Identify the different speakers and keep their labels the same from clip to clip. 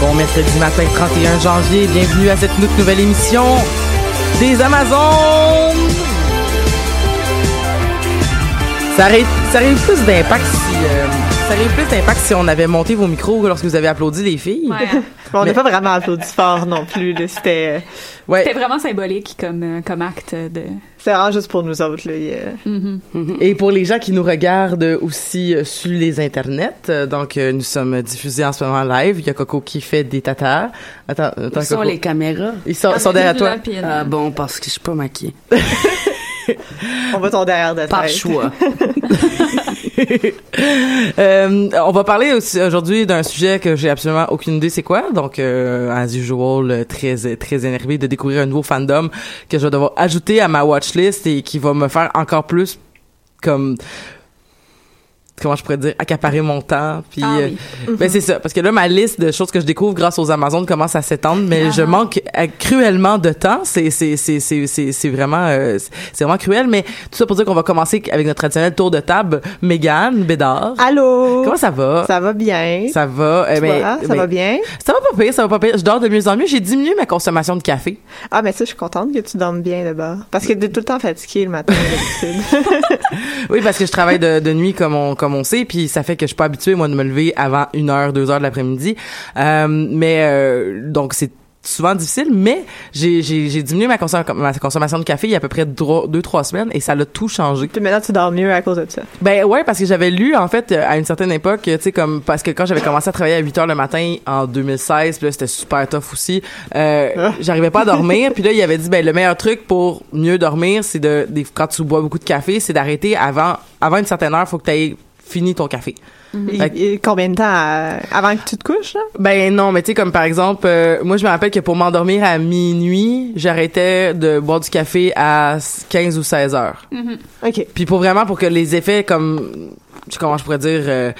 Speaker 1: bon mercredi matin 31 janvier. Bienvenue à cette toute nouvelle émission des Amazones. Ça aurait, ça aurait eu plus d'impact si. euh, ça aurait eu plus d'impact si on avait monté vos micros lorsque vous avez applaudi les filles.
Speaker 2: Ouais, hein.
Speaker 3: Bon, on n'a
Speaker 1: Mais-
Speaker 3: pas vraiment applaudi fort non plus. là. C'était
Speaker 1: Ouais.
Speaker 2: C'était vraiment symbolique comme, euh, comme acte de.
Speaker 3: c'était vraiment juste pour nous autres. Là. Euh, Il y a-
Speaker 2: Mhm.
Speaker 1: Et pour les gens qui nous regardent aussi euh, sur les internets, euh, donc euh, nous sommes diffusés en ce moment live. Il y a Coco qui fait des tatas. Attends, attends
Speaker 4: Où sont
Speaker 1: Coco.
Speaker 4: les caméras?
Speaker 1: Ils sont, sont derrière toi.
Speaker 2: Rapide.
Speaker 4: Ah bon, parce que je suis pas maquillée.
Speaker 3: On va tomber derrière de la
Speaker 4: Par
Speaker 3: tête.
Speaker 4: choix.
Speaker 1: Euh, on va parler aussi aujourd'hui d'un sujet que j'ai absolument aucune idée c'est quoi. Donc, euh, as usual, euh, très très énervé de découvrir un nouveau fandom que je vais devoir ajouter à ma watchlist et qui va me faire encore plus comme comment je pourrais dire accaparer mon temps. Puis
Speaker 2: Ah oui.
Speaker 1: euh,
Speaker 3: Mhm.
Speaker 1: ben, c'est ça parce que là ma liste de choses que je découvre grâce aux Amazones commence à s'étendre, mais
Speaker 3: Ah.
Speaker 1: je manque euh, cruellement de temps. C'est c'est c'est c'est c'est c'est vraiment euh, c'est- c'est vraiment cruel. Mais tout ça pour dire qu'on va commencer avec notre traditionnel tour de table. Mégane Bédard.
Speaker 3: Allô?
Speaker 1: Comment ça va?
Speaker 3: Ça va bien?
Speaker 1: Ça va. eh
Speaker 3: Toi,
Speaker 1: ben,
Speaker 3: hein? ça
Speaker 1: ben,
Speaker 3: va bien?
Speaker 1: Ça va pas pire, ça va pas pire. Je dors de mieux en mieux. J'ai diminué ma consommation de café.
Speaker 3: Ah, mais ça, je suis contente que tu dormes bien là-bas. Parce que t'es tout le temps fatiguée le matin, d'habitude.
Speaker 1: Oui, parce que je travaille de, de nuit comme on, comme on sait, puis ça fait que je suis pas habituée, moi, de me lever avant une heure, deux heures de l'après-midi. Euh, mais euh, donc, c'est souvent difficile, mais j'ai- j'ai j'ai diminué ma, consom- ma consommation de café il y a à peu près dro- deux, trois semaines et ça l'a tout changé.
Speaker 3: Puis maintenant, tu dors mieux à cause de ça.
Speaker 1: Ben ouais, parce que j'avais lu en fait euh, à une certaine époque, euh, tu sais comme parce que quand j'avais commencé à travailler à 8 heures le matin en 2016, puis là c'était super tough aussi. Euh, J'arrivais pas à dormir, puis là il avait dit ben le meilleur truc pour mieux dormir, c'est de des- quand tu bois beaucoup de café, c'est d'arrêter avant avant une certaine heure, faut que t'aies fini ton café. Fait que-
Speaker 3: Et- et combien de temps euh, avant que tu te couches? Là?
Speaker 1: Ben non, mais tu sais comme par exemple, euh, moi je me rappelle que pour m'endormir à minuit, j'arrêtais de boire du café à 15 ou 16 heures.
Speaker 2: mm-hmm.
Speaker 3: OK.
Speaker 1: Puis pour vraiment pour que les effets comme je comment je pourrais dire euh,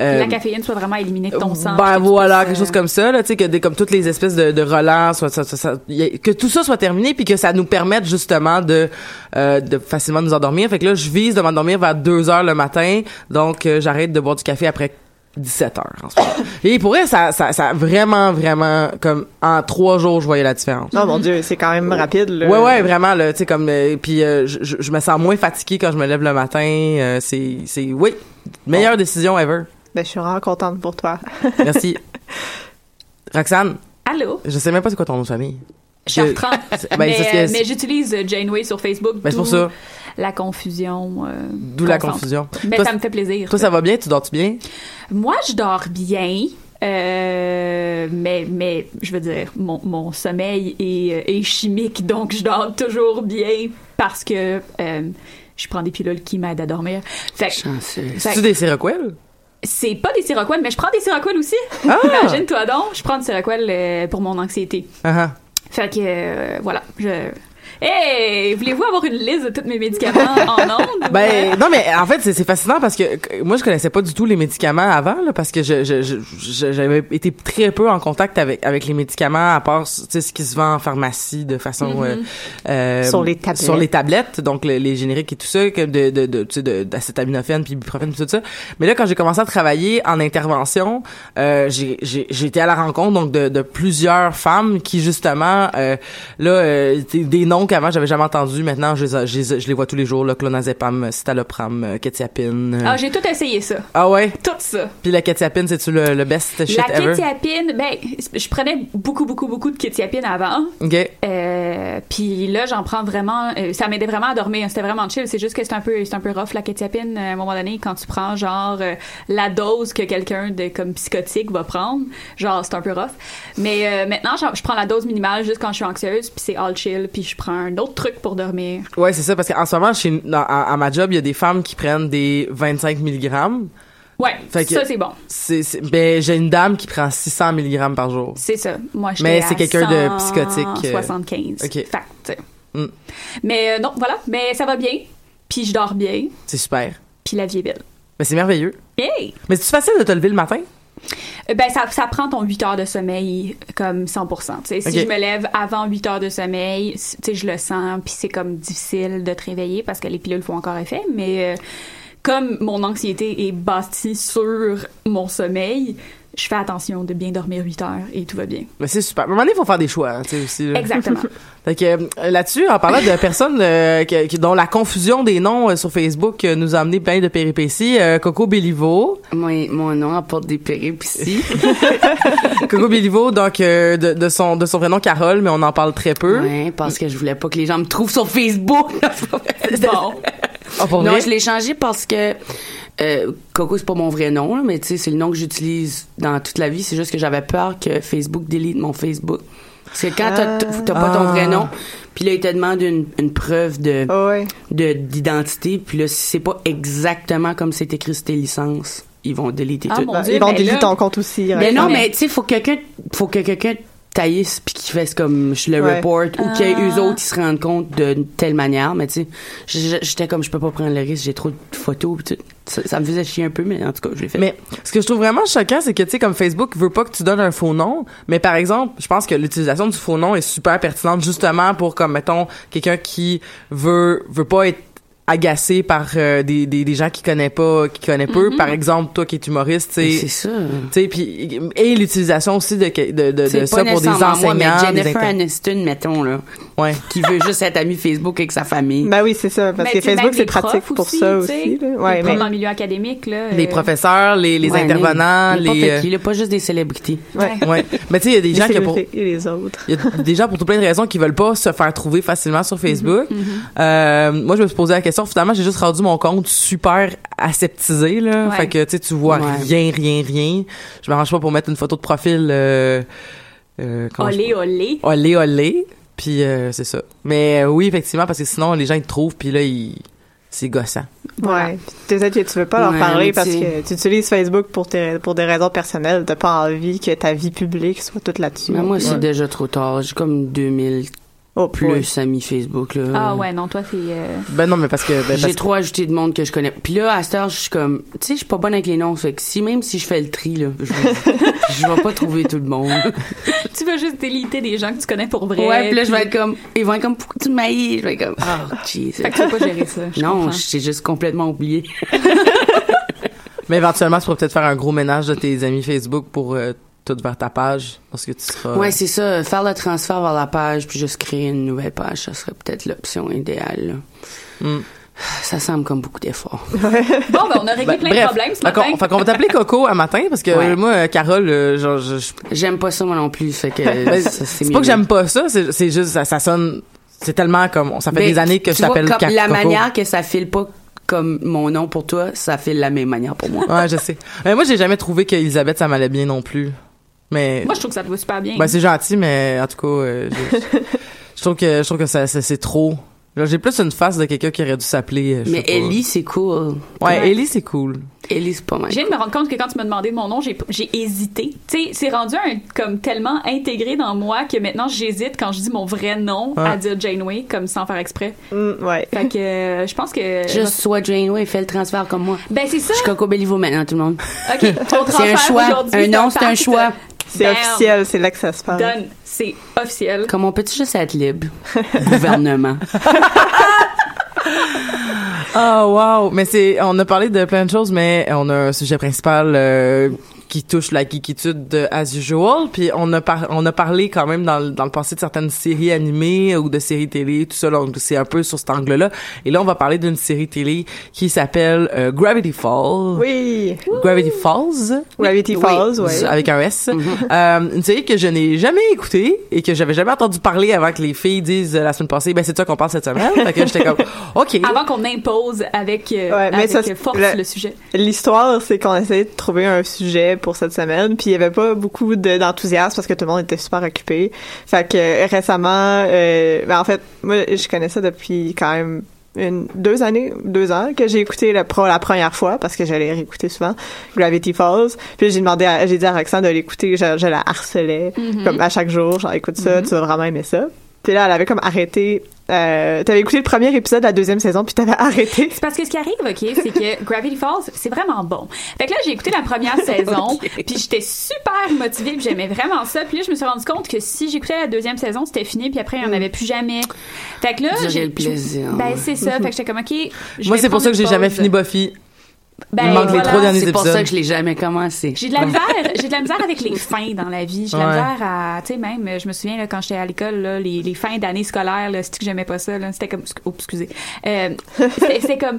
Speaker 1: euh,
Speaker 2: la caféine soit vraiment éliminée de ton sang.
Speaker 1: ben
Speaker 2: puis que tu
Speaker 1: voilà,
Speaker 2: puisses,
Speaker 1: quelque chose
Speaker 2: euh,
Speaker 1: comme ça, là, tu sais, que des, comme toutes les espèces de, de relents, soit, ça- ça- ça- y a- que tout ça soit terminé, puis que ça nous permette justement de, euh, de facilement nous endormir. Fait que là, je vise de m'endormir vers 2 heures le matin, donc euh, j'arrête de boire du café après 17 heures en ce moment. Et pour vrai, ça, ça, ça a vraiment, vraiment, comme en trois jours, je voyais la différence.
Speaker 3: Oh mon Dieu, c'est quand même rapide. Là.
Speaker 1: Ouais ouais vraiment là tu sais comme euh, puis euh, je, je- je me sens moins fatiguée quand je me lève le matin euh, c'est c'est oui meilleure décision ever
Speaker 3: Ben, je suis vraiment contente pour toi.
Speaker 1: merci Roxane
Speaker 2: Allô?
Speaker 1: je sais même pas c'est quoi ton nom de famille
Speaker 2: Chartrand.
Speaker 1: c'est- ben,
Speaker 2: mais
Speaker 1: c'est ce que-
Speaker 2: euh, mais j'utilise euh, Janeway sur Facebook.
Speaker 1: Ben, c'est pour
Speaker 2: d'où
Speaker 1: ça
Speaker 2: La confusion. euh,
Speaker 1: d'où la
Speaker 2: concentre.
Speaker 1: confusion
Speaker 2: Mais
Speaker 1: toi,
Speaker 2: ça me fait plaisir.
Speaker 1: toi ça va bien tu dors tu bien
Speaker 2: Moi, je dors bien. euh, mais, mais, je veux dire, mon, mon sommeil est, euh, est chimique, donc je dors toujours bien parce que euh, je prends des pilules qui m'aident à dormir. Fait que-
Speaker 4: Chanceuse.
Speaker 2: fait
Speaker 1: tu
Speaker 2: que
Speaker 1: des Seroquel
Speaker 2: c'est pas des Seroquel, mais je prends des Seroquel aussi.
Speaker 1: ah
Speaker 2: Imagine-toi donc, je prends du Seroquel euh, pour mon anxiété.
Speaker 1: Ah, ah.
Speaker 2: Fait que, euh, voilà, je... Hey! Voulez-vous avoir une liste de tous mes médicaments en euh? ondes?
Speaker 1: Ben non mais en fait c'est c'est fascinant parce que que moi je connaissais pas du tout les médicaments avant là, parce que je je- je- je- j'avais été très peu en contact avec avec les médicaments à part tu sais ce qui se vend en pharmacie de façon euh, euh,
Speaker 3: Sur les tablettes.
Speaker 1: sur les tablettes donc le- les génériques et tout ça comme de de de tu sais de- d'acétaminophène puis ibuprofène puis tout ça mais là quand j'ai commencé à travailler en intervention euh, j'ai j'ai j'ai été à la rencontre donc de de plusieurs femmes qui justement euh, là euh, des- des noms qu'avant j'avais jamais entendus maintenant je les, ai- je les ai- je les vois tous les jours là clonazepam citalopram euh, quetiapine euh.
Speaker 2: Ah, j'ai tout essayé ça.
Speaker 1: ah ouais
Speaker 2: Tout ça.
Speaker 1: puis la quetiapine c'est tu le, le best shit
Speaker 2: La
Speaker 1: ever
Speaker 2: kétiapine, ben, je prenais beaucoup, beaucoup, beaucoup de kétiapine avant.
Speaker 1: OK
Speaker 2: Euh, puis là, j'en prends vraiment. euh, ça m'aidait vraiment à dormir. C'était vraiment chill. C'est juste que c'est un peu, c'est un peu rough la kétiapine euh, à un moment donné quand tu prends genre euh, la dose que quelqu'un de comme psychotique va prendre. Genre, c'est un peu rough. Mais euh, maintenant, j'en- je prends la dose minimale juste quand je suis anxieuse. Puis c'est all chill. Puis je prends un autre truc pour dormir.
Speaker 1: Ouais, c'est ça, parce qu'en ce moment, chez, dans- à, à ma job, il y a des femmes qui prennent des 25 mg.
Speaker 2: Ouais,
Speaker 1: Fait que-
Speaker 2: ça c'est bon.
Speaker 1: C'est, c'est- ben, j'ai une dame qui prend 600 mg par jour.
Speaker 2: C'est ça. Moi, je
Speaker 1: Mais c'est quelqu'un de psychotique, euh,
Speaker 2: 75.
Speaker 1: ok.
Speaker 2: Fait que, tu sais.
Speaker 1: Mm.
Speaker 2: Mais euh, non, voilà. Mais ça va bien. Puis je dors bien.
Speaker 1: C'est super.
Speaker 2: Puis la vie est belle.
Speaker 1: Mais c'est merveilleux.
Speaker 2: Hey!
Speaker 1: Mais c'est facile de te lever le matin?
Speaker 2: Euh, Ben, ça, ça prend ton 8 heures de sommeil comme 100 tu sais. Si
Speaker 1: Ok.
Speaker 2: je me lève avant 8 heures de sommeil, c- tu sais, je le sens, puis c'est comme difficile de te réveiller parce que les pilules font encore effet, mais euh, comme mon anxiété est bâtie sur mon sommeil, je fais attention de bien dormir 8 heures et tout va bien.
Speaker 1: Mais c'est super. À un moment donné, il faut faire des choix, hein, tu sais, aussi. là.
Speaker 2: Exactement.
Speaker 1: Fait que euh, là-dessus, en parlant de personnes euh, que- que- dont la confusion des noms euh, sur Facebook euh, nous a amené plein de péripéties, euh, Coco Béliveau.
Speaker 4: Mon, mon nom apporte des péripéties.
Speaker 1: Coco Béliveau, donc, euh, de, de son, de son vrai nom Carole, mais on en parle très peu.
Speaker 4: ouais, parce que je voulais pas que les gens me trouvent sur Facebook.
Speaker 2: Bon.
Speaker 1: Ah, pour
Speaker 4: non,
Speaker 1: vrai?
Speaker 4: je l'ai changé parce que euh, Coco, c'est pas mon vrai nom, là, mais tu sais, c'est le nom que j'utilise dans toute la vie. C'est juste que j'avais peur que Facebook délite mon Facebook. Parce que quand t'as- t'as pas ton
Speaker 1: Ah.
Speaker 4: vrai nom, puis là, il te demande une, une preuve de
Speaker 2: Oh.
Speaker 3: Ah ouais.
Speaker 4: de- d'identité, puis là, si c'est pas exactement comme c'est écrit sur tes licences, ils vont déliter
Speaker 2: Ah,
Speaker 4: tout.
Speaker 2: mon
Speaker 3: Ben,
Speaker 2: Dieu,
Speaker 3: ils vont
Speaker 2: ben
Speaker 3: déliter
Speaker 2: là-
Speaker 3: ton compte aussi. hein.
Speaker 4: Mais
Speaker 3: ouais.
Speaker 4: non,
Speaker 2: mais-
Speaker 4: mais tu sais, faut que quelqu'un, faut que quelqu'un taillisse puis qu'il fasse comme je le
Speaker 3: Ouais.
Speaker 4: report ou
Speaker 2: Ah.
Speaker 4: qu'eux autres ils se rendent compte de telle manière. Mais tu sais, j- j'étais comme je peux pas prendre le risque, j'ai trop de photos. pis tout. Ça, ça me faisait chier un peu, mais en tout cas, je l'ai fait.
Speaker 1: Mais ce que je trouve vraiment choquant, c'est que, tu sais, comme Facebook veut pas que tu donnes un faux nom, mais par exemple, je pense que l'utilisation du faux nom est super pertinente justement pour, comme, mettons, quelqu'un qui veut, veut pas être agacé par euh, des, des, des gens qui connaît pas, qui connaît peu. Par exemple, toi qui es humoriste, tu
Speaker 4: Mm-hmm. Mais
Speaker 1: sais,
Speaker 4: c'est ça.
Speaker 1: Tu sais, puis et l'utilisation aussi de, que- de, de, de
Speaker 4: C'est
Speaker 1: ça
Speaker 4: pas
Speaker 1: pour des
Speaker 4: nécessairement
Speaker 1: enseignants,
Speaker 4: moi, mais
Speaker 1: des
Speaker 4: Jennifer
Speaker 1: inter-
Speaker 4: Aniston, mettons là,
Speaker 1: ouais.
Speaker 4: qui veut juste être amie Facebook avec sa famille.
Speaker 3: Ben oui, c'est ça. Parce
Speaker 2: Mais
Speaker 3: que
Speaker 2: tu sais,
Speaker 3: Facebook,
Speaker 2: même
Speaker 3: c'est
Speaker 2: les
Speaker 3: pratique
Speaker 2: profs
Speaker 3: pour ça
Speaker 2: tu sais,
Speaker 3: aussi. là.
Speaker 2: les
Speaker 3: Ouais,
Speaker 2: profs
Speaker 3: mais.
Speaker 2: dans le milieu académique, là.
Speaker 1: les
Speaker 2: euh,
Speaker 1: professionnels, les, les
Speaker 4: Ouais,
Speaker 1: intervenants,
Speaker 4: n'importe
Speaker 1: les
Speaker 4: qui, là, pas juste des célébrités.
Speaker 3: Ouais.
Speaker 1: euh, ouais. Mais tu sais, il y a des
Speaker 3: Les
Speaker 1: gens qui pour
Speaker 3: célébrités et les autres.
Speaker 1: il y a des gens pour tout plein de raisons qui veulent pas se faire trouver facilement sur Facebook.
Speaker 4: Mhm.
Speaker 1: Euh, moi, je me suis posé la question. Finalement, j'ai juste rendu mon compte super aseptisé là.
Speaker 2: Ouais.
Speaker 1: Fait que tu sais, tu vois
Speaker 4: Ouais.
Speaker 1: rien, rien, rien. Je m'arrange pas pour mettre une photo de profil. Euh, euh, comment je-
Speaker 2: Olé, olé.
Speaker 1: olé olé puis euh, c'est ça mais euh, oui effectivement parce que sinon les gens ils te trouvent puis là ils c'est gossant
Speaker 2: Voilà.
Speaker 3: Ouais. Puis Peut-être que tu veux pas leur
Speaker 4: Ouais, mais
Speaker 3: parler parce
Speaker 4: tu-
Speaker 3: que tu utilises Facebook pour, tes, pour des raisons personnelles. T'as pas envie que ta vie publique soit toute là-dessus.
Speaker 4: Mais moi, c'est
Speaker 3: Ouais.
Speaker 4: déjà trop tard. J'ai comme 2000
Speaker 3: Oh,
Speaker 4: plus
Speaker 3: plus.
Speaker 4: amis Facebook là.
Speaker 2: Ah ouais, non, toi, c'est... euh,
Speaker 1: ben non mais parce que ben, parce
Speaker 4: J'ai trop ajouté de monde que je connais. Puis là, à cette heure, je suis comme, tu sais, je suis pas bonne avec les noms. Fait que si, même si je fais le tri, là, je, je vais pas trouver tout le monde.
Speaker 2: Tu vas juste déliter des gens que tu connais pour vrai.
Speaker 4: Ouais, puis là, je vais être comme, ils vont être comme, pourquoi tu m'haïs? Je vais être comme, oh,
Speaker 2: Fait
Speaker 4: Jesus.
Speaker 2: que tu vas pas gérer ça. je
Speaker 4: Non,
Speaker 2: comprends.
Speaker 4: j'ai juste complètement oublié.
Speaker 1: mais éventuellement tu pourrais peut-être faire un gros ménage de tes amis Facebook pour euh, tout vers ta page parce que tu seras
Speaker 4: Ouais, c'est ça. Faire le transfert vers la page, puis juste créer une nouvelle page, ça serait peut-être l'option idéale. là.
Speaker 1: Mm.
Speaker 4: Ça semble comme beaucoup d'efforts.
Speaker 2: Bon, ben, on a réglé
Speaker 1: Ben,
Speaker 2: plein
Speaker 1: bref.
Speaker 2: de problèmes ce
Speaker 1: Fait qu'on-
Speaker 2: matin.
Speaker 1: fait qu'on va t'appeler Coco à matin parce que
Speaker 4: Ouais.
Speaker 1: euh, moi euh, Carole euh, genre je, je-
Speaker 4: J'aime pas ça, moi non plus. Fait que
Speaker 1: ben,
Speaker 4: ça,
Speaker 1: c'est
Speaker 4: mes
Speaker 1: pas que j'aime pas ça c'est c'est juste ça, ça sonne c'est tellement comme ça fait
Speaker 4: Ben,
Speaker 1: des années que
Speaker 4: tu
Speaker 1: je t'appelle
Speaker 4: vois, comme
Speaker 1: Ca-
Speaker 4: La
Speaker 1: Coco.
Speaker 4: manière que ça file pas comme mon nom pour toi, ça file la même manière pour moi.
Speaker 1: ouais je sais mais moi j'ai jamais trouvé que Elisabeth ça m'allait bien non plus mais
Speaker 2: Moi, je trouve que ça te va super bien.
Speaker 1: Ben, c'est gentil, mais en tout cas, euh, je, je trouve que, je trouve que ça, ça- c'est trop. Là, J'ai plus une face de quelqu'un qui aurait dû s'appeler. euh, je
Speaker 4: Mais
Speaker 1: sais pas.
Speaker 4: Ellie, c'est cool.
Speaker 1: Ouais,
Speaker 2: Ouais.
Speaker 1: Ellie, c'est cool.
Speaker 4: Ellie, c'est pas mal.
Speaker 2: Je viens de me rendre compte que quand tu m'as demandé mon nom, j'ai j'ai hésité. Tu sais, c'est rendu un, comme tellement intégré dans moi que maintenant j'hésite quand je dis mon vrai nom
Speaker 1: Ah.
Speaker 2: à dire Janeway comme sans faire exprès.
Speaker 3: Mm, ouais.
Speaker 2: Fait que euh, je pense que
Speaker 4: Juste soit Janeway, fais le transfert comme moi.
Speaker 2: ben c'est ça.
Speaker 4: Je suis Coco Bellivo maintenant, tout le monde.
Speaker 2: OK, ton
Speaker 4: C'est un
Speaker 2: transfert
Speaker 4: choix.
Speaker 2: aujourd'hui,
Speaker 4: Un nom, c'est un
Speaker 2: pacte.
Speaker 4: choix.
Speaker 3: C'est
Speaker 2: Bam.
Speaker 3: officiel, c'est là que ça se passe.
Speaker 2: Done, c'est officiel.
Speaker 4: Comme on peut-tu juste être libre? Gouvernement.
Speaker 1: Ah, wow! Mais c'est, on a parlé de plein de choses, mais on a un sujet principal euh, qui touche la geekitude de as usual. Puis on a par- on a parlé quand même dans, le- dans le passé de certaines séries animées ou de séries télé, tout ça. Donc c'est un peu sur cet angle-là. Et là, on va parler d'une série télé qui s'appelle euh, Gravity Falls.
Speaker 3: Oui.
Speaker 1: Gravity Falls.
Speaker 3: Gravity
Speaker 4: Oui.
Speaker 3: Falls, ouais.
Speaker 1: avec un S.
Speaker 2: Mm-hmm.
Speaker 1: Euh, une série que je n'ai jamais écoutée et que j'avais jamais entendu parler avant que les filles disent euh, la semaine passée, ben c'est de ça qu'on parle cette semaine. fait que j'étais comme, ok.
Speaker 2: Avant qu'on impose avec, euh,
Speaker 3: Ouais, mais
Speaker 2: avec
Speaker 3: ça,
Speaker 2: euh, force
Speaker 3: le-
Speaker 2: le, sujet.
Speaker 3: L'histoire, c'est qu'on essayait de trouver un sujet pour cette semaine, puis il y avait pas beaucoup de- d'enthousiasme parce que tout le monde était super occupé. Fait que euh, récemment, euh, ben en fait, moi, je connais ça depuis quand même une, deux années, deux ans, que j'ai écouté le pro la première fois parce que j'allais réécouter souvent Gravity Falls. Puis j'ai demandé, à- j'ai dit à Roxane de l'écouter, je, je la harcelais comme à chaque jour, genre écoute ça, tu vas vraiment aimer ça. Puis là, elle avait comme arrêté. Euh, t'avais écouté le premier épisode de la deuxième saison, puis t'avais arrêté.
Speaker 2: C'est parce que ce qui arrive, OK, c'est que Gravity Falls, c'est vraiment bon. Fait que là, j'ai écouté la première saison, puis j'étais super motivée, puis j'aimais vraiment ça. Puis là, je me suis rendu compte que si j'écoutais la deuxième saison, c'était fini, puis après, il n'y
Speaker 1: Mm.
Speaker 2: en avait plus jamais. Fait que là,
Speaker 4: Durer
Speaker 2: j'ai
Speaker 4: le plaisir.
Speaker 2: Ben, c'est ça. Fait que j'étais comme, OK. je
Speaker 1: Moi,
Speaker 2: vais
Speaker 1: c'est pour
Speaker 2: prendre
Speaker 1: ça que
Speaker 2: une
Speaker 1: j'ai jamais
Speaker 2: pause.
Speaker 1: fini Buffy.
Speaker 2: Ben,
Speaker 1: Il manque les
Speaker 2: voilà.
Speaker 1: trois derniers
Speaker 4: C'est pour ça
Speaker 1: épisodes.
Speaker 4: que je l'ai jamais commencé.
Speaker 2: J'ai de la misère, j'ai de la misère avec les fins dans la vie. J'ai de la
Speaker 1: Ouais.
Speaker 2: misère à, tu sais, même, euh, je me souviens, là, quand j'étais à l'école, là, les, les fins d'année scolaire, là, c'est que j'aimais pas ça, là. C'était comme, oh, excusez. Euh, c'est c'est comme,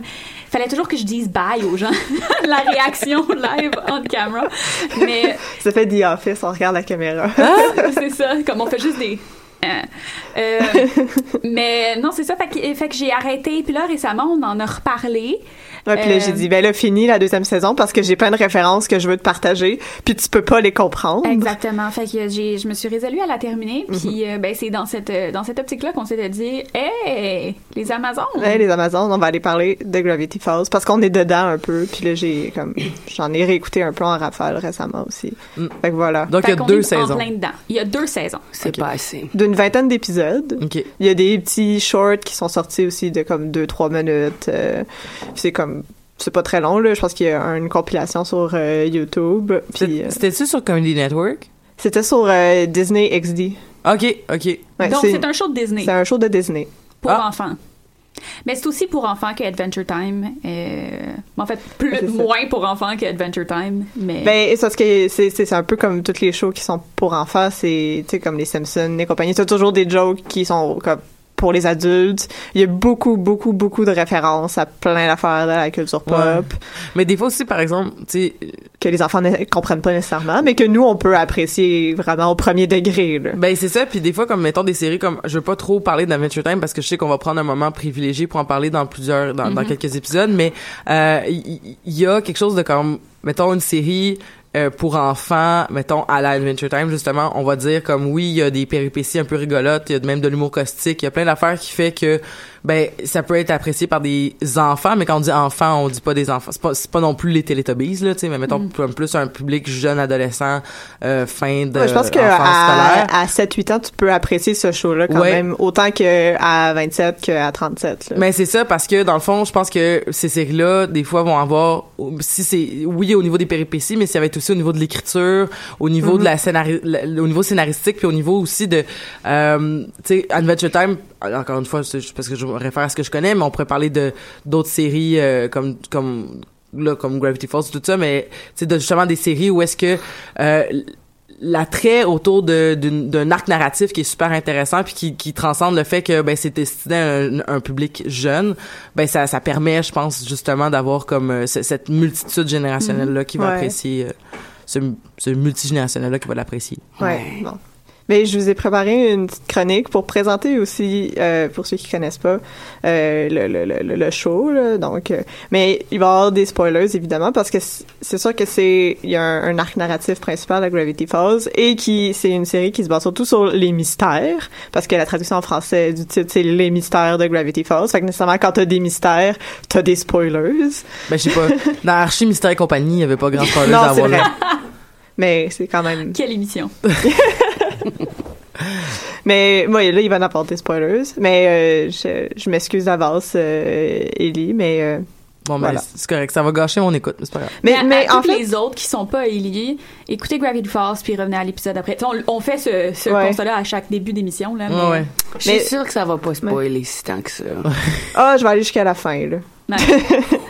Speaker 2: fallait toujours que je dise bye aux gens. la réaction live on camera. Mais,
Speaker 3: Ça fait The Office, on regarde la caméra.
Speaker 2: c'est ça, comme on fait juste des. Euh, euh, mais non, c'est ça. Fait que, fait que j'ai arrêté. Puis là, récemment, on en a reparlé.
Speaker 3: Ouais, puis là,
Speaker 2: Euh,
Speaker 3: j'ai dit, ben là, fini la deuxième saison parce que j'ai plein de références que je veux te partager, puis tu peux pas les comprendre.
Speaker 2: Exactement. Fait que j'ai, je me suis résolue à la terminer.
Speaker 3: Mm-hmm.
Speaker 2: Puis euh, ben, c'est dans cette, euh, dans cette optique-là qu'on s'était dit Hey, les Amazones!
Speaker 3: Ouais, les Amazones, on va aller parler de Gravity Falls parce qu'on est dedans un peu. Puis là, j'ai comme j'en ai réécouté un peu en rafale récemment aussi.
Speaker 1: Mm.
Speaker 3: Fait que voilà,
Speaker 1: Donc, il
Speaker 2: Fait
Speaker 1: y a
Speaker 2: qu'on
Speaker 1: deux
Speaker 2: est en
Speaker 1: saisons.
Speaker 2: plein dedans. Il y a deux saisons.
Speaker 4: C'est pas assez.
Speaker 3: d'une vingtaine d'épisodes.
Speaker 1: OK.
Speaker 3: Il y a des petits shorts qui sont sortis aussi de comme 2-3 minutes. euh, puis c'est comme c'est pas très long là. Je pense qu'il y a une compilation sur euh, YouTube. Puis euh,
Speaker 1: C'est- C'était-tu sur Comedy Network?
Speaker 3: c'était sur euh, Disney XD.
Speaker 1: OK, OK.
Speaker 3: Ouais,
Speaker 2: Donc,
Speaker 3: c'est-
Speaker 2: c'est un show de Disney
Speaker 3: c'est un show de Disney.
Speaker 2: pour
Speaker 1: Ah.
Speaker 2: enfants. Mais c'est aussi pour enfants que Adventure Time. euh, en fait, plus,
Speaker 3: C'est ça.
Speaker 2: moins pour enfants que Adventure Time. Mais...
Speaker 3: Ben, c'est parce que c'est, c'est, c'est un peu comme toutes les shows qui sont pour enfants, c'est, tu sais, comme les Simpsons et compagnie. T'as toujours des jokes qui sont comme pour les adultes. Il y a beaucoup, beaucoup, beaucoup de références à plein d'affaires de la culture pop
Speaker 1: Ouais. Mais des fois aussi, par exemple, tu sais,
Speaker 3: que les enfants ne comprennent pas nécessairement, mais que nous, on peut apprécier vraiment au premier degré, là.
Speaker 1: Ben c'est ça, puis des fois comme mettons des séries comme je veux pas trop parler d'Adventure Time parce que je sais qu'on va prendre un moment privilégié pour en parler dans plusieurs dans,
Speaker 3: Mm-hmm.
Speaker 1: dans quelques épisodes, mais euh, il il y, a quelque chose de comme mettons une série euh, pour enfants, mettons à la Adventure Time justement, on va dire comme oui, il y a des péripéties un peu rigolotes, il y a même de l'humour caustique, il y a plein d'affaires qui fait que ben ça peut être apprécié par des enfants, mais quand on dit enfants, on dit pas des enfants, c'est pas, c'est pas non plus les Teletubbies là, tu sais, mais mettons
Speaker 3: Mm-hmm.
Speaker 1: plus- plus un public jeune adolescent euh, fin de
Speaker 3: Ouais, je pense que
Speaker 1: enfance scolaire.
Speaker 3: à, à 7-8 ans, tu peux apprécier ce show-là quand
Speaker 1: Ouais.
Speaker 3: même, autant que à 27 qu'à 37, là.
Speaker 1: Mais c'est ça parce que dans le fond, je pense que ces séries-là, des fois, vont avoir si c'est oui au niveau des péripéties, mais ça va être aussi au niveau de l'écriture, au niveau de la scénari la- au niveau scénaristique, puis au niveau aussi de euh, tu sais Adventure Time. euh, Encore une fois, c'est juste parce que je me réfère à ce que je connais, mais on pourrait parler de d'autres séries euh, comme comme là comme Gravity Falls tout ça, mais tu sais de- justement des séries où est-ce que euh, l'attrait autour de- d'une- d'un arc narratif qui est super intéressant puis qui, qui transcende le fait que ben c'est destiné à un, un public jeune ben ça, ça permet je pense justement d'avoir comme euh, ce- cette multitude générationnelle là qui va
Speaker 3: Mhm. Ouais.
Speaker 1: apprécier euh, ce, ce multigénérationnel là qui va l'apprécier
Speaker 3: Ouais.
Speaker 4: Ouais.
Speaker 3: bon. Mais je vous ai préparé une petite chronique pour présenter aussi, euh, pour ceux qui connaissent pas, euh, le, le, le, le show. là. donc, euh, mais il va y avoir des spoilers évidemment parce que c- c'est sûr que c'est il y a un, un arc narratif principal de Gravity Falls et qui c'est une série qui se base surtout sur les mystères parce que la traduction en français du titre c'est les mystères de Gravity Falls. Fait que nécessairement quand t'as des mystères, t'as des spoilers.
Speaker 1: ben je sais pas dans Archie Mystère et compagnie il y avait pas grand spoiler
Speaker 3: non,
Speaker 1: à
Speaker 3: c'est
Speaker 1: avoir
Speaker 3: vrai.
Speaker 1: là
Speaker 3: Mais c'est quand même
Speaker 2: Quelle émission!
Speaker 3: Mais moi, là, il va en apporter spoilers. Mais euh, je, je m'excuse d'avance, euh, Ellie. Mais, euh,
Speaker 1: bon ben
Speaker 3: Voilà.
Speaker 1: c'est correct ça va gâcher mon écoute mais c'est pas grave
Speaker 3: mais,
Speaker 2: Mais, à-
Speaker 3: mais
Speaker 2: à
Speaker 3: en
Speaker 2: toutes
Speaker 3: fait,
Speaker 2: les autres qui sont pas liés, écoutez Gravity Falls puis revenez à l'épisode après. Tu sais, On, on fait ce, ce
Speaker 3: Ouais.
Speaker 2: constat-là à chaque début d'émission là.
Speaker 1: ouais, ouais.
Speaker 4: Je suis
Speaker 3: Mais-
Speaker 4: sûre que ça va pas spoiler si tant que ça.
Speaker 3: ah, je vais aller jusqu'à la fin. Là.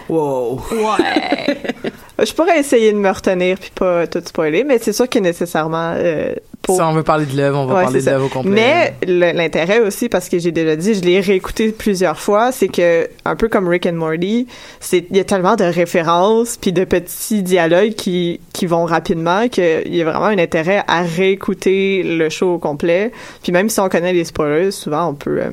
Speaker 2: Ouais.
Speaker 4: Wow.
Speaker 2: Ouais.
Speaker 3: Je pourrais essayer de me retenir puis pas tout spoiler, mais c'est sûr que nécessairement euh, pour.
Speaker 1: si on veut parler de l'œuvre on va
Speaker 3: Ouais,
Speaker 1: parler
Speaker 3: c'est
Speaker 1: de
Speaker 3: ça.
Speaker 1: l'œuvre au complet
Speaker 3: Mais le- l'intérêt aussi, parce que j'ai déjà dit, je l'ai réécouté plusieurs fois, c'est que un peu comme Rick and Morty, c'est il y a tellement de références puis de petits dialogues qui qui vont rapidement qu'il y a vraiment un intérêt à réécouter le show au complet. Puis même si on connaît les spoilers, souvent on peut euh,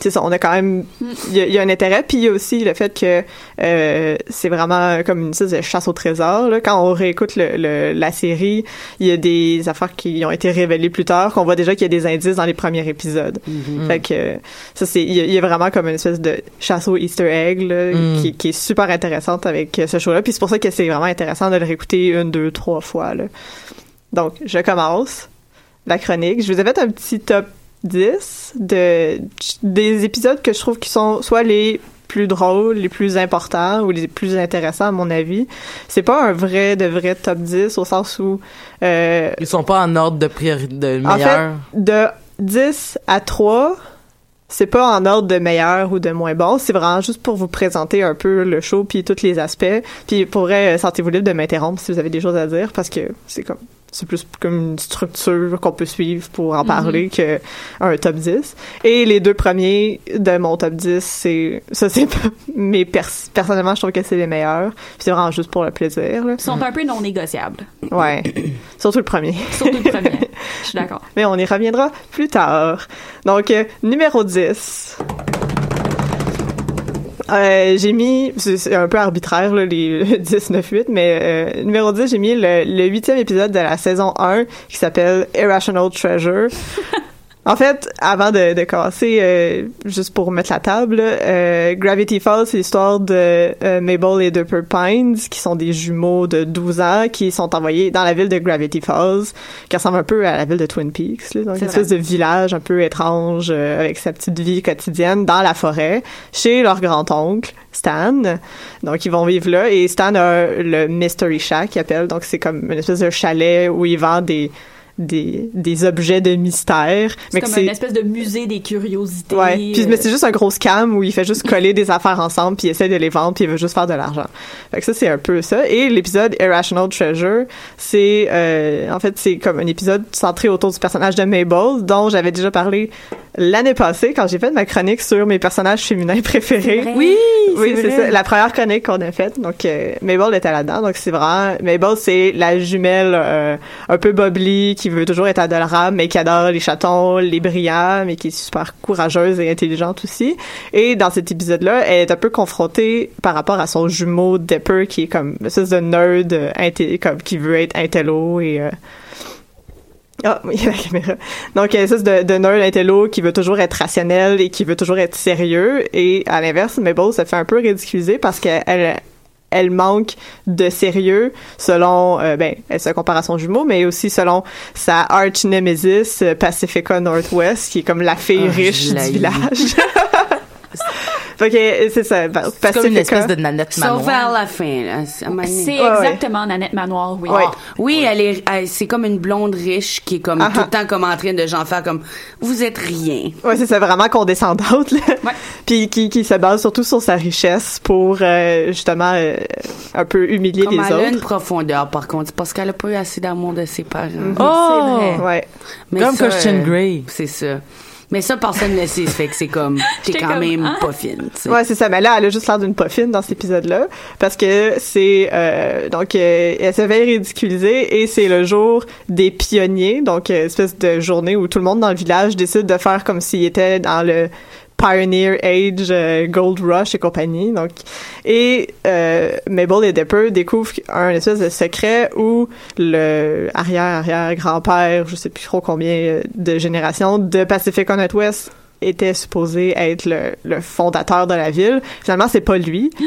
Speaker 3: tu sais, ça, on a quand même il y, a- il y a un intérêt puis il y a aussi le fait que euh, c'est vraiment comme une espèce de chasse au trésor là quand on réécoute le, le- la série il y a des affaires qui ont été révélées plus tard qu'on voit déjà qu'il y a des indices dans les premiers épisodes fait que euh, ça c'est il y, a- il y a vraiment comme une espèce de chasse au Easter egg là,
Speaker 1: Mhm.
Speaker 3: qui, qui est super intéressante avec euh, ce show là puis c'est pour ça que c'est vraiment intéressant de le réécouter une deux trois fois là. donc je commence la chronique je vous ai fait un petit top 10 de des épisodes que je trouve qui sont soit les plus drôles, les plus importants ou les plus intéressants à mon avis. C'est pas un vrai de vrai top 10 au sens où euh,
Speaker 1: ils sont pas en ordre de priorité de
Speaker 3: En fait,
Speaker 1: meilleur
Speaker 3: de 10 à 3, c'est pas en ordre de meilleur ou de moins bon, c'est vraiment juste pour vous présenter un peu le show puis tous les aspects. Puis pour vrai, euh, sentez-vous libre de m'interrompre si vous avez des choses à dire parce que c'est comme c'est plus comme une structure qu'on peut suivre pour
Speaker 2: Mhm.
Speaker 3: en parler que un top 10. Et les deux premiers de mon top 10, c'est ça c'est pas- mais pers- personnellement je trouve que c'est les meilleurs. Puis c'est vraiment juste pour le plaisir là.
Speaker 2: Ils sont un peu non négociables.
Speaker 3: Ouais. Surtout le premier.
Speaker 2: Surtout le premier. Je suis d'accord.
Speaker 3: mais on y reviendra plus tard. Donc, euh, numéro 10. Euh, j'ai mis, c'est c'est un peu arbitraire, là, les 10, 9, 8, mais euh, numéro 10, j'ai mis le, le huitième épisode de la saison 1 qui s'appelle Irrational Treasure. En fait, avant de, de commencer, euh, juste pour mettre la table, euh, Gravity Falls, c'est l'histoire de euh, Mabel et de Purple Pines, qui sont des jumeaux de 12 ans, qui sont envoyés dans la ville de Gravity Falls, qui ressemble un peu à la ville de Twin Peaks, là, donc
Speaker 2: C'est
Speaker 3: une espèce de village un peu étrange, euh, avec sa petite vie quotidienne, dans la forêt, chez leur grand-oncle, Stan. Donc, ils vont vivre là, et Stan a le Mystery Shack, qu'il appelle, donc c'est comme une espèce de chalet où il vend des... Des, des objets de mystère
Speaker 2: C'est comme une espèce de musée des curiosités.
Speaker 3: Ouais. Puis mais
Speaker 2: euh,
Speaker 3: c'est juste un gros scam où il fait juste coller des affaires ensemble puis il essaie de les vendre puis il veut juste faire de l'argent. Fait que ça c'est un peu ça. Et l'épisode Irrational Treasure, c'est euh, en fait c'est comme un épisode centré autour du personnage de Mabel dont j'avais déjà parlé l'année passée quand j'ai fait ma chronique sur mes personnages féminins préférés.
Speaker 2: vrai.
Speaker 1: Oui,
Speaker 3: Oui, c'est
Speaker 1: vrai.
Speaker 3: ça. La première chronique qu'on a faite, donc euh, Mabel était là-dedans. Donc c'est vraiment Mabel, c'est la jumelle euh, un peu boblie qui veut toujours être adorable, mais qui adore les chatons, les brillants, mais qui est super courageuse et intelligente aussi. Et dans cet épisode-là, elle est un peu confrontée par rapport à son jumeau Depper, qui est comme une espèce de nerd euh, inté- comme qui veut être intello et euh, ah, oui, la caméra. Donc, euh, ça, c'est de, de nerd intello qui veut toujours être rationnel et qui veut toujours être sérieux. Et à l'inverse, Mabel se fait un peu ridiculiser parce qu'elle elle, elle manque de sérieux selon, euh, ben, elle se compare à son jumeau, mais aussi selon sa arch nemesis euh, Pacifica Northwest, qui est comme la fille
Speaker 1: Ah, je
Speaker 3: riche
Speaker 1: l'haïs.
Speaker 3: du village. Fait que, euh, c'est ça. ben,
Speaker 1: C'est comme une
Speaker 3: Pacifica.
Speaker 1: espèce de nanette
Speaker 4: Sauf vers
Speaker 1: manoir.
Speaker 4: la fin, là. C'est- à un moment donné.
Speaker 2: euh, C'est
Speaker 3: Ouais, ouais.
Speaker 2: exactement Nanette Manoir, oui.
Speaker 3: Ouais.
Speaker 2: Ah.
Speaker 4: Oui, elle est, elle- c'est comme une blonde riche qui est comme
Speaker 3: Ah,
Speaker 4: tout
Speaker 3: ah.
Speaker 4: le temps comme en train de genre faire comme vous êtes rien.
Speaker 3: Ouais, c'est ça, vraiment condescendante, là.
Speaker 2: Ouais.
Speaker 3: Puis qui, qui se base surtout sur sa richesse pour, euh, justement, euh, un peu humilier
Speaker 4: Comme
Speaker 3: les
Speaker 4: elle a une
Speaker 3: autres.
Speaker 4: profondeur par contre, c'est parce qu'elle a pas eu assez d'amour de ses parents.
Speaker 3: Mm-hmm.
Speaker 1: Oh!
Speaker 2: C'est vrai.
Speaker 3: Ouais.
Speaker 4: Mais
Speaker 1: Comme
Speaker 4: ça,
Speaker 1: Christian
Speaker 4: euh,
Speaker 1: Grey.
Speaker 4: C'est ça. Mais ça personne ne le sait, fait que c'est comme t'es
Speaker 2: J'étais
Speaker 4: quand
Speaker 2: comme,
Speaker 4: même
Speaker 2: hein?
Speaker 4: pas fine. tu sais.
Speaker 3: Ouais, c'est ça. Mais là, elle a juste l'air d'une poffine dans cet épisode-là. Parce que c'est, euh, donc, euh, elle se fait ridiculiser et c'est le jour des pionniers. Donc, euh, espèce de journée où tout le monde dans le village décide de faire comme s'il était dans le Pioneer Age, euh, Gold Rush et compagnie. Donc, et euh, Mabel et Depper découvrent un espèce de secret où le arrière-arrière-grand-père, je sais plus trop combien euh, de générations, de Pacific on West était supposé être le, le fondateur de la ville. Finalement, c'est pas lui. Puis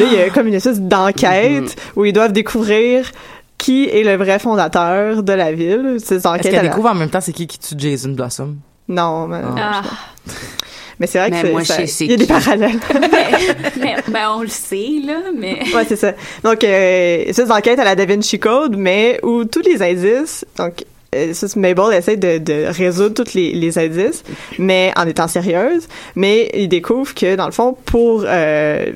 Speaker 3: là, il y a comme une espèce d'enquête
Speaker 4: Mm-hmm.
Speaker 3: où ils doivent découvrir qui est le vrai fondateur de la ville. Ces
Speaker 1: Est-ce
Speaker 3: enquêtes...
Speaker 1: qu'elle
Speaker 3: elles-
Speaker 1: découvre en même temps c'est qui qui tue Jason Blossom?
Speaker 3: Non, mais,
Speaker 2: Ah.
Speaker 3: mais c'est vrai que
Speaker 4: Mais
Speaker 3: c'est-
Speaker 4: moi, je
Speaker 3: ça-
Speaker 4: sais c'est
Speaker 3: il y a des
Speaker 4: qui.
Speaker 3: parallèles.
Speaker 2: mais, ben, on le sait, là, mais.
Speaker 3: Ouais, c'est ça. Donc, euh, espèce d'enquête à la Da Vinci Code, mais où tous les indices, donc, euh, ça, c'est Mabel essaie de, de résoudre tous les, les indices, mais en étant sérieuse, mais il découvre que, dans le fond, pour, euh,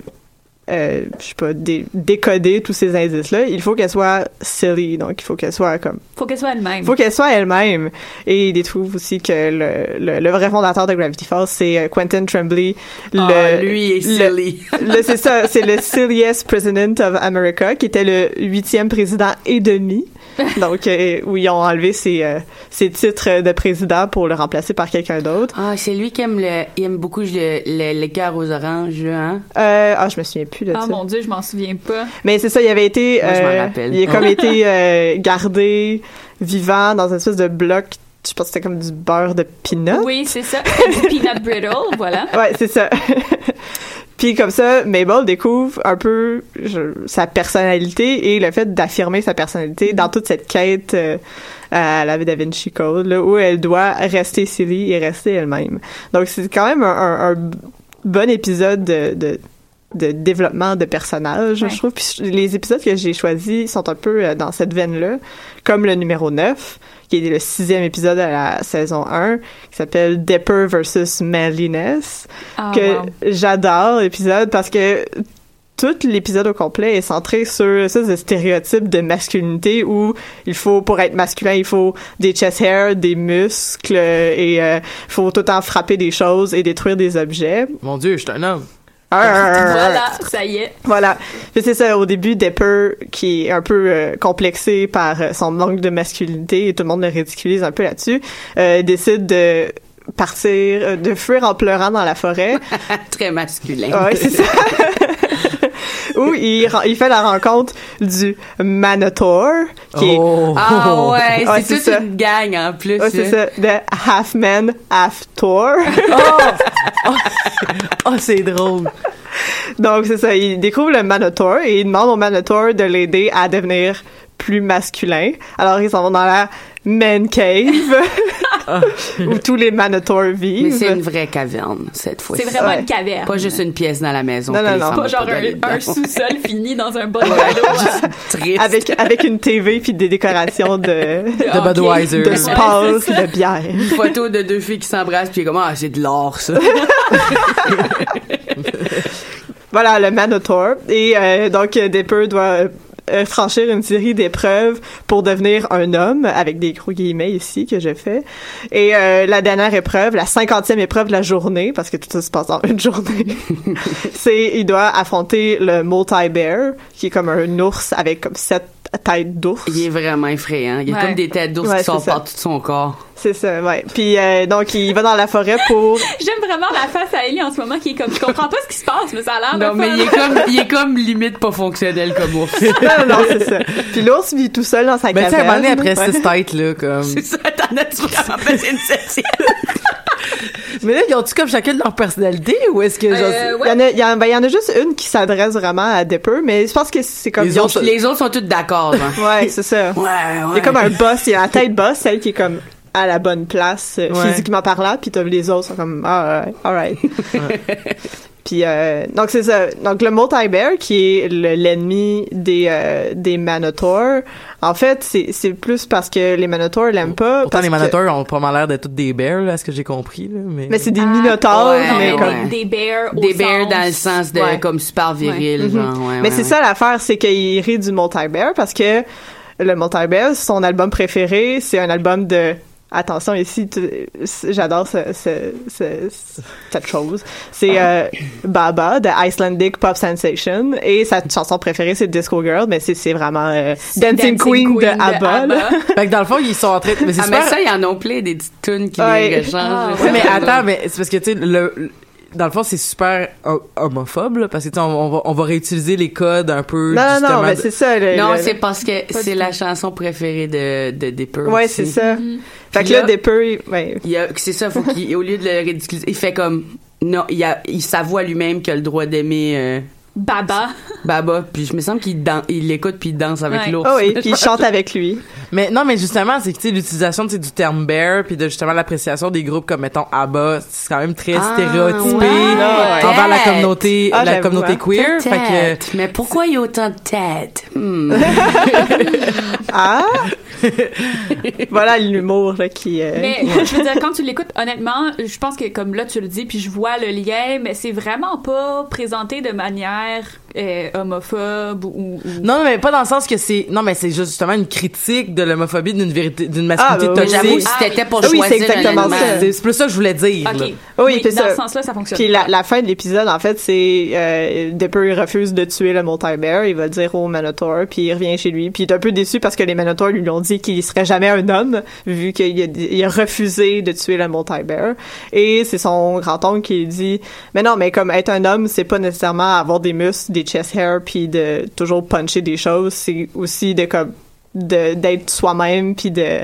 Speaker 3: euh, je sais pas, dé- décoder tous ces indices-là, il faut qu'elle soit silly, donc il faut qu'elle soit comme
Speaker 2: Faut qu'elle soit elle-même.
Speaker 3: faut qu'elle soit elle-même. Et il découvre aussi que le, le, le vrai fondateur de Gravity Falls, c'est euh, Quentin Tremblay. Le,
Speaker 4: Ah, lui est
Speaker 3: le-
Speaker 4: silly.
Speaker 3: le- c'est ça, c'est le silliest president of America, qui était le huitième président et demi. Donc, euh, où ils ont enlevé ses, euh, ses titres de président pour le remplacer par quelqu'un d'autre.
Speaker 4: Ah, c'est lui qui aime le, il aime beaucoup le, le, le cœur aux oranges, là, hein.
Speaker 3: Euh, ah, je me souviens plus de
Speaker 2: Ah
Speaker 3: ça.
Speaker 2: mon dieu, je m'en souviens pas.
Speaker 3: Mais c'est ça, il avait été.
Speaker 4: Moi, je m'en
Speaker 3: euh,
Speaker 4: rappelle.
Speaker 3: Il a comme été euh, gardé vivant dans une espèce de bloc. Je pense que c'était comme du beurre de peanut.
Speaker 2: Oui, c'est ça. Du Peanut brittle, voilà.
Speaker 3: Ouais, c'est ça. Puis comme ça, Mabel découvre un peu je- sa personnalité et le fait d'affirmer sa personnalité dans toute cette quête euh, à la Da Vinci Code, là, où elle doit rester silly et rester elle-même. Donc c'est quand même un, un- un bon épisode de, de de développement de personnages,
Speaker 2: Ouais.
Speaker 3: je trouve. Puis je- les épisodes que j'ai choisis sont un peu euh, dans cette veine-là, comme le numéro 9, qui est le sixième épisode de la saison 1, qui s'appelle Depper versus Manliness,
Speaker 2: Ah,
Speaker 3: que
Speaker 2: wow.
Speaker 3: j'adore l'épisode parce que tout l'épisode au complet est centré sur ce stéréotype de masculinité où il faut, pour être masculin, il faut des chest hairs, des muscles euh, et il faut tout le temps frapper des choses et détruire des objets.
Speaker 1: Mon Dieu, je suis un homme.
Speaker 2: Voilà, ça y est.
Speaker 3: Voilà. Puis c'est ça, au début, Depper, qui est un peu euh, complexé par euh, son manque de masculinité, et tout le monde le ridiculise un peu là-dessus, euh, décide de partir, euh, de fuir en pleurant dans la forêt.
Speaker 4: Très masculin.
Speaker 3: Ah Ouais, c'est ça. Où il, ren- il fait la rencontre du Manotaur, qui est...
Speaker 1: Oh.
Speaker 4: Ah ouais,
Speaker 3: Ouais,
Speaker 4: c'est
Speaker 3: c'est
Speaker 4: toute
Speaker 3: ça.
Speaker 4: une gang en plus.
Speaker 3: Ouais, c'est
Speaker 4: là.
Speaker 3: ça, de Half Man, Half Tour.
Speaker 1: Oh, c'est drôle.
Speaker 3: Donc, c'est ça, il découvre le Manotaur et il demande au Manotaur de l'aider à devenir plus masculin. Alors, ils s'en vont dans la Man Cave, où tous les Manotaurs
Speaker 4: Mais
Speaker 3: vivent.
Speaker 4: c'est une vraie caverne cette fois-ci.
Speaker 2: C'est vraiment
Speaker 3: Ouais.
Speaker 2: une caverne.
Speaker 4: Pas juste une pièce dans la maison.
Speaker 3: Non,
Speaker 4: que
Speaker 3: non,
Speaker 4: les
Speaker 3: non.
Speaker 4: femmes
Speaker 2: Ah. Pas
Speaker 4: ont
Speaker 2: genre
Speaker 4: d'aller
Speaker 2: un, un
Speaker 4: dedans.
Speaker 2: sous-sol fini dans un euh, bon de
Speaker 4: Triste.
Speaker 3: Avec, avec une TV puis des décorations de,
Speaker 1: De
Speaker 2: hockey.
Speaker 1: Budweiser.
Speaker 3: de
Speaker 1: Ouais,
Speaker 3: spas
Speaker 2: c'est ça.
Speaker 3: de bière.
Speaker 4: une photo de deux filles qui s'embrassent puis il est comme ah c'est de l'or ça.
Speaker 3: Voilà, le Manotaur. Et euh, donc, euh, Dipper doit euh, euh, franchir une série d'épreuves pour devenir un homme, avec des gros guillemets ici que je fais. Et euh, la dernière épreuve, la cinquantième épreuve de la journée, parce que tout ça se passe en une journée, c'est il doit affronter le Multi-Bear, qui est comme un ours avec comme sept têtes d'ours.
Speaker 4: Il est vraiment effrayant. Il y a
Speaker 2: Ouais.
Speaker 4: comme des têtes d'ours
Speaker 3: Ouais,
Speaker 4: qui sortent
Speaker 3: c'est ça.
Speaker 4: par tout son corps.
Speaker 3: C'est ça, ouais. Puis euh, donc, il va dans la forêt pour...
Speaker 2: J'aime vraiment la face à Ellie en ce moment qui est comme, je comprends pas ce qui se passe, mais ça a l'air
Speaker 4: Non
Speaker 2: de fun.
Speaker 4: mais il est comme il est comme limite pas fonctionnel comme ours.
Speaker 3: non, non, non, c'est ça. Puis l'ours vit tout seul dans sa
Speaker 1: Mais tu sais, à un
Speaker 3: caverne.
Speaker 1: moment donné, après
Speaker 3: Ouais.
Speaker 1: six têtes, là, comme.
Speaker 4: c'est ça t'en as tu vraiment fait une septième.
Speaker 1: Mais là, ils ont-tu comme chacun de leur personnalité ou est-ce que. genre,
Speaker 2: Euh,
Speaker 3: Il y,
Speaker 2: ouais.
Speaker 3: en a, il y en- ben, il y en a juste une qui s'adresse vraiment à Dipper, mais je pense que c'est comme...
Speaker 1: Les autres-
Speaker 4: Les autres sont toutes d'accord. Hein.
Speaker 3: Ouais, c'est ça.
Speaker 4: Ouais ouais.
Speaker 3: Il y a comme un boss, il y a la tête boss, celle qui est comme à la bonne place, euh,
Speaker 1: Ouais.
Speaker 3: physiquement parlant, puis t'as les autres sont comme ah, « alright, alright ». Puis, euh, donc c'est ça. Donc le Multi-Bear, qui est le- l'ennemi des, euh, des Manotaurs, en fait, c'est c'est plus parce que les Manotaurs l'aiment pas.
Speaker 1: Pourtant,
Speaker 3: parce
Speaker 1: les
Speaker 3: que-
Speaker 1: manateurs ont pas mal l'air d'être toutes des bears, là, à ce que j'ai compris, là. Mais.
Speaker 3: Mais c'est des
Speaker 2: Ah,
Speaker 3: Minotaures,
Speaker 4: ouais,
Speaker 2: Non,
Speaker 3: mais
Speaker 2: mais
Speaker 3: comme...
Speaker 4: ouais.
Speaker 2: des, des bears au
Speaker 4: des bears
Speaker 2: sens-
Speaker 4: dans le sens de
Speaker 3: Ouais.
Speaker 4: comme super viril genre ouais,
Speaker 3: Mhm. Mais
Speaker 4: ouais,
Speaker 3: c'est
Speaker 4: ouais.
Speaker 3: ça l'affaire, c'est qu'il rit du Multi-Bear parce que le Multi-Bear, son album préféré, c'est un album de. Attention, ici, tu- j'adore ce- ce- ce- ce- cette chose. C'est euh, Baba de Icelandic Pop Sensation et sa chanson préférée, c'est Disco Girl, mais c'est c'est vraiment euh, Dancing, Queen, de ABBA. là.
Speaker 1: Fait que dans le fond, ils sont en train. de- Mais c'est
Speaker 4: Ah mais
Speaker 1: super.
Speaker 4: ça ils en ont plein des petites tunes qui
Speaker 3: Ouais.
Speaker 4: les changent.
Speaker 2: Ah,
Speaker 1: Ouais, mais attends, mais c'est parce que, tu sais, le. le- Dans le fond, c'est super ho- homophobe, là, parce que, tu sais, on, on va, on va réutiliser les codes un peu.
Speaker 3: Non, non,
Speaker 1: justement,
Speaker 3: non, mais
Speaker 1: de-
Speaker 3: c'est ça. le-
Speaker 4: Non,
Speaker 3: le-
Speaker 4: c'est parce que
Speaker 2: du
Speaker 4: c'est
Speaker 2: tout.
Speaker 4: la chanson préférée de, de Dipper.
Speaker 3: Ouais,
Speaker 4: aussi.
Speaker 3: c'est ça. Fait que
Speaker 4: Puis
Speaker 3: Mm-hmm. là,
Speaker 4: là-
Speaker 3: Dipper, il- ben, ouais.
Speaker 4: Il y a- C'est ça, faut qu'il, au lieu de le ridiculiser, il fait comme. Non, il, a, il s'avoue à lui-même qu'il a le droit d'aimer euh,
Speaker 2: Baba.
Speaker 4: Baba. Puis je me semble qu'il dan- il l'écoute puis il danse avec
Speaker 2: Ouais.
Speaker 4: l'ours.
Speaker 3: Oh, et puis il chante avec lui.
Speaker 1: Mais non, mais justement, c'est que tu sais, l'utilisation tu sais, du terme bear, puis de justement l'appréciation des groupes comme mettons ABBA, c'est quand même très
Speaker 4: Ah,
Speaker 1: stéréotypé
Speaker 4: ouais.
Speaker 3: Ah,
Speaker 1: envers la
Speaker 4: peut-être.
Speaker 1: communauté,
Speaker 3: Ah,
Speaker 1: la
Speaker 3: j'avoue,
Speaker 1: communauté
Speaker 3: hein.
Speaker 1: queer. Fait que
Speaker 4: Peut-être. Mais pourquoi il y a autant de têtes? Hmm.
Speaker 3: Ah! voilà l'humour là, qui. euh,
Speaker 2: Mais je veux dire, quand tu l'écoutes, honnêtement, je pense que comme là tu le dis, puis je vois le lien, mais c'est vraiment pas présenté de manière euh, homophobe ou. ou-
Speaker 1: non, mais pas dans le sens que c'est non, mais c'est juste justement une critique de l'homophobie d'une vérité, d'une masculinité
Speaker 3: Ah, bah oui.
Speaker 4: J'avoue,
Speaker 1: toxique.
Speaker 4: si c'était pour
Speaker 3: Ah oui, c'est
Speaker 4: choisir un
Speaker 3: exactement
Speaker 4: animal.
Speaker 3: ça.
Speaker 1: C'est c'est plus ça que je voulais dire.
Speaker 2: Ok.
Speaker 1: là.
Speaker 3: Oui, puis
Speaker 2: dans
Speaker 3: ça-
Speaker 2: ce sens-là, ça fonctionne.
Speaker 3: Puis la, la fin de l'épisode, en fait, c'est euh, Dipper il refuse de tuer le Multi-Bear, il va le dire au Manotaur, puis il revient chez lui, puis il est un peu déçu parce que les Manotaurs lui ont dit qu'il serait jamais un homme, vu qu'il a, il a refusé de tuer le Multi-Bear. Et c'est son grand-oncle qui lui dit « Mais non, mais comme être un homme, c'est pas nécessairement avoir des muscles, des chest hairs, puis de toujours puncher des choses, c'est aussi de comme de- d'être soi-même, puis de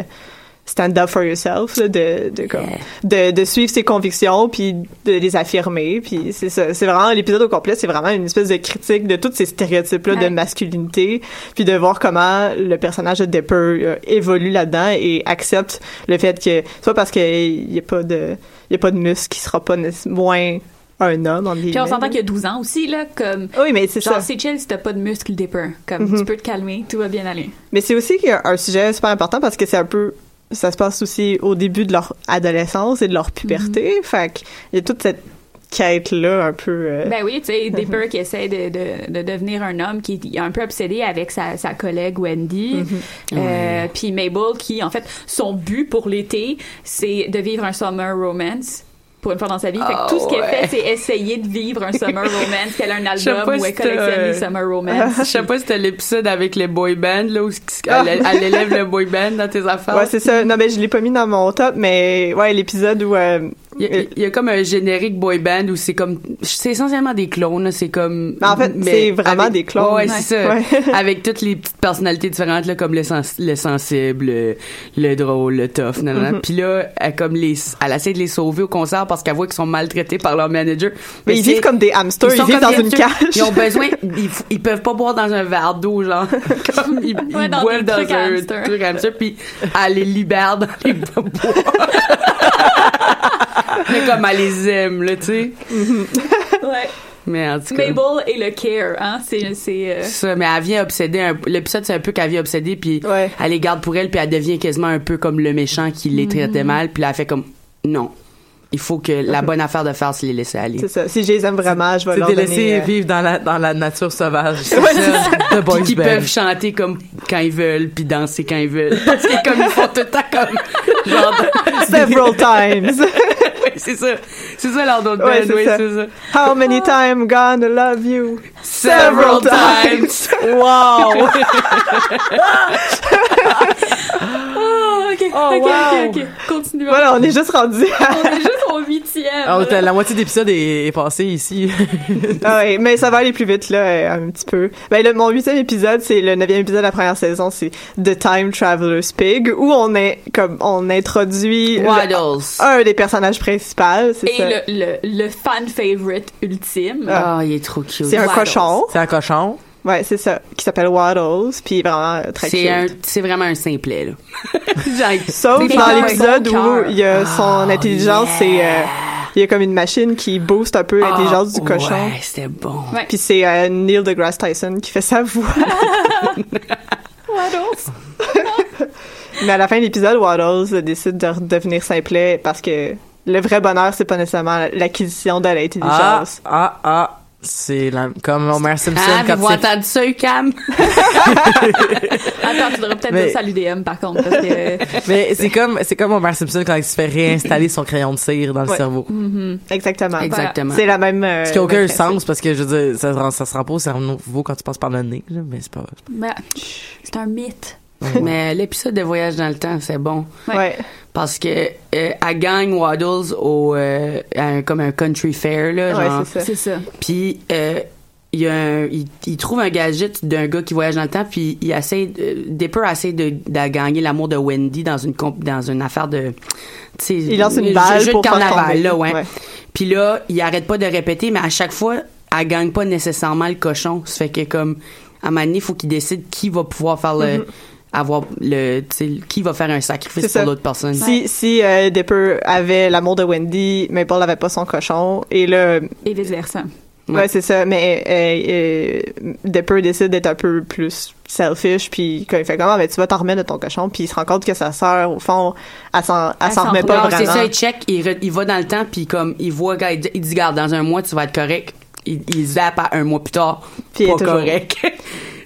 Speaker 3: stand up for yourself, là, de, de comme de, de suivre ses convictions puis de les affirmer puis c'est ça c'est vraiment l'épisode au complet c'est vraiment une espèce de critique de tous ces stéréotypes là
Speaker 2: Ouais.
Speaker 3: de masculinité puis de voir comment le personnage de Dipper euh, évolue là-dedans et accepte le fait que soit parce qu'il y a pas de il y a pas de muscle qui sera pas né- moins un homme, en
Speaker 2: Puis on s'entend qu'il y a 12 ans aussi, là, comme.
Speaker 3: Oui, mais c'est ça.
Speaker 2: Genre, c'est chill si t'as pas de muscle dipper. Comme,
Speaker 3: Mhm.
Speaker 2: tu peux te calmer, tout va bien aller.
Speaker 3: Mais c'est aussi qu'il y a un sujet super important parce que c'est un peu ça se passe aussi au début de leur adolescence et de leur
Speaker 4: Mm-hmm.
Speaker 3: puberté. Fait qu'il y a toute cette quête là un peu euh,
Speaker 2: Ben oui, tu sais, Dipper qui essaie de, de, de devenir un homme qui est un peu obsédé avec sa, sa collègue Wendy.
Speaker 4: Mm-hmm.
Speaker 2: Euh, Puis Mabel qui, en fait, son but pour l'été, c'est de vivre un summer romance pour une fois dans sa vie. Fait que
Speaker 4: Ah
Speaker 2: tout ce qu'elle
Speaker 4: ouais.
Speaker 2: fait, c'est essayer de vivre un summer romance. Qu'elle a un
Speaker 4: Je sais
Speaker 2: album
Speaker 4: pas
Speaker 2: où
Speaker 4: si
Speaker 2: elle
Speaker 4: t'as,
Speaker 2: collectionne
Speaker 4: euh,
Speaker 2: les summer romance.
Speaker 4: Je sais pas si c'était l'épisode avec les boy band, là, où elle, elle élève le boy band dans tes affaires.
Speaker 3: Ouais, c'est ça. Non mais je l'ai pas mis dans mon top mais ouais, l'épisode où euh,
Speaker 4: Il y, a, il y a comme un générique boy band où c'est comme c'est essentiellement des clones là, c'est comme
Speaker 3: Mais Ben, en fait, c'est vraiment
Speaker 4: avec-
Speaker 3: des clones.
Speaker 4: ouais, c'est ça
Speaker 3: Ouais.
Speaker 4: avec toutes les petites personnalités différentes là comme le, sens- le sensible le, le drôle le tough nan, nan,
Speaker 3: Mm-hmm.
Speaker 4: nan. puis là elle comme les elle essaie de les sauver au concert parce qu'elle voit qu'ils sont maltraités par leur manager
Speaker 3: mais ils
Speaker 4: c'est-
Speaker 3: vivent comme des hamsters, ils,
Speaker 4: sont
Speaker 3: vivent dans
Speaker 4: comme des
Speaker 3: une
Speaker 4: hamsters.
Speaker 3: cage.
Speaker 4: ils ont ben- besoin ils, f- ils peuvent pas boire dans un verre d'eau genre comme ils, ils
Speaker 2: Ouais, dans
Speaker 4: boivent
Speaker 2: des
Speaker 4: dans
Speaker 2: trucs à
Speaker 4: un
Speaker 2: hamster.
Speaker 4: truc à hamster puis elle les libère dans les bois mais comme elle les aime là tu sais
Speaker 2: Ouais.
Speaker 4: mais en tout cas
Speaker 2: Mabel et le care, hein. C'est. c'est, euh,
Speaker 4: ça, mais elle vient obséder un- l'épisode c'est un peu qu'elle vient obséder puis
Speaker 3: Ouais.
Speaker 4: elle les garde pour elle puis elle devient quasiment un peu comme le méchant qui les traitait mal puis là elle fait comme non il faut que la bonne affaire de faire c'est les laisser aller
Speaker 3: C'est ça. Si je les aime vraiment, je vais
Speaker 1: C'est
Speaker 3: leur
Speaker 1: de
Speaker 3: donner.
Speaker 1: laisser
Speaker 3: euh,
Speaker 1: vivre dans la, dans la nature sauvage. C'est
Speaker 3: Ouais, c'est
Speaker 1: ça, The Boys
Speaker 4: Puis qui
Speaker 1: Band.
Speaker 4: peuvent chanter comme quand ils veulle puis danser quand ils veulent parce que comme ils font tout le temps comme genre
Speaker 3: Several times.
Speaker 4: ouais, c'est ça c'est ça leur d'autres
Speaker 3: Ouais,
Speaker 4: band,
Speaker 3: c'est
Speaker 4: ouais,
Speaker 3: ça.
Speaker 4: c'est ça
Speaker 3: How many times gonna love you?
Speaker 4: several
Speaker 3: Several
Speaker 4: times wow
Speaker 2: Ah, ok,
Speaker 3: Oh,
Speaker 2: ok,
Speaker 3: wow.
Speaker 2: ok, ok. Continuons.
Speaker 3: Voilà, on est juste rendu à
Speaker 2: On est juste au huitième.
Speaker 1: Ah, t'as- la moitié d'épisode est, est passée ici.
Speaker 3: Ah ouais, mais ça va aller plus vite là, euh, un petit peu. Ben le, mon huitième épisode, c'est le neuvième épisode de la première saison, c'est The Time Traveler's Pig, où on est comme on introduit le-
Speaker 4: Waddles
Speaker 3: un des personnages principaux, c'est
Speaker 2: Et
Speaker 3: ça.
Speaker 2: le, le, le fan favorite ultime.
Speaker 3: Ah.
Speaker 4: oh il est trop cute
Speaker 3: C'est un
Speaker 2: Waddles.
Speaker 3: cochon,
Speaker 1: C'est un cochon.
Speaker 3: ouais, c'est ça, qui s'appelle Waddles, puis vraiment euh, très
Speaker 4: c'est
Speaker 3: cute.
Speaker 4: un c'est vraiment un simplet là Genre,
Speaker 3: Sauf
Speaker 2: Mais
Speaker 3: dans
Speaker 2: c'est un
Speaker 3: l'épisode
Speaker 2: bon
Speaker 3: où
Speaker 2: cœur. Ah,
Speaker 3: il y a son
Speaker 4: Oh,
Speaker 3: intelligence, c'est euh, il y a comme une machine qui booste un peu l'intelligence du
Speaker 4: Ah,
Speaker 3: cochon.
Speaker 4: ouais c'était bon
Speaker 2: Ouais.
Speaker 3: Puis c'est euh, Neil deGrasse Tyson qui fait sa voix.
Speaker 2: Waddles.
Speaker 3: Mais à la fin de l'épisode, Waddles décide de redevenir simplet parce que le vrai bonheur, c'est pas nécessairement l'acquisition de
Speaker 1: Ah,
Speaker 3: l'intelligence.
Speaker 1: ah, ah. C'est la- comme Homer Simpson
Speaker 4: ah
Speaker 1: quand
Speaker 4: vous
Speaker 1: c'est-
Speaker 4: entendu ça Cam
Speaker 2: Attends, tu devrais peut-être
Speaker 1: Mais-
Speaker 2: dire salut DM par contre, parce que.
Speaker 1: Mais c'est comme, c'est comme Homer Simpson quand il se fait réinstaller son crayon de cire dans le
Speaker 3: Ouais.
Speaker 1: cerveau.
Speaker 3: Exactement.
Speaker 4: Ah! exactement
Speaker 3: C'est la même. euh,
Speaker 1: Ce qui n'a aucun
Speaker 3: même principe.
Speaker 1: sens parce que je veux dire, ça, se rend- ça se rend pas au cerveau quand tu passes par le nez, là, mais c'est pas vrai.
Speaker 2: Mais c'est un mythe.
Speaker 4: mais l'épisode de voyage dans le temps c'est bon
Speaker 2: Ouais.
Speaker 3: Ouais.
Speaker 4: Parce que euh, elle gagne Waddles au euh, à un- comme un country fair là,
Speaker 3: Ouais,
Speaker 4: genre.
Speaker 3: c'est ça.
Speaker 2: C'est ça.
Speaker 4: Puis euh, il y a un- il, il trouve un gadget d'un gars qui voyage dans le temps puis il essaie de- Dipper essaie de, de gagner l'amour de Wendy dans une comp- dans une affaire de tu sais,
Speaker 3: Il lance une
Speaker 4: jeu-
Speaker 3: balle
Speaker 4: jeu
Speaker 3: pour
Speaker 4: de
Speaker 3: faire tomber.
Speaker 4: carnaval là ouais.
Speaker 3: Ouais.
Speaker 4: Puis là, il arrête pas de répéter mais à chaque fois, elle gagne pas nécessairement le cochon, ça fait que comme à un moment donné, faut qu'il décide qui va pouvoir faire le avoir le tu sais, qui va faire un sacrifice
Speaker 3: Mm-hmm. C'est ça.
Speaker 4: pour l'autre personne.
Speaker 3: Si, si euh, Dipper avait l'amour de Wendy, mais Paul n'avait pas son cochon, et là,
Speaker 2: Et vice versa.
Speaker 3: ouais,
Speaker 4: Ouais.
Speaker 3: c'est ça, mais euh, euh, Dipper décide d'être un peu plus selfish, puis quand il fait comment, mais tu vas t'en remettre de ton cochon, puis il se rend compte que sa sœur, au fond, elle s'en elle
Speaker 2: Elle
Speaker 3: s'en
Speaker 2: s'en
Speaker 3: remet pas
Speaker 4: Non, Ah, c'est
Speaker 3: vraiment.
Speaker 4: ça, il check, il, re- il va dans le temps, puis comme, il voit, gars, il dit- il dit, garde, dans un mois, tu vas être correct. Il, il zappe à un mois plus tard,
Speaker 3: Puis il est
Speaker 4: pas
Speaker 3: toujours-
Speaker 4: correct.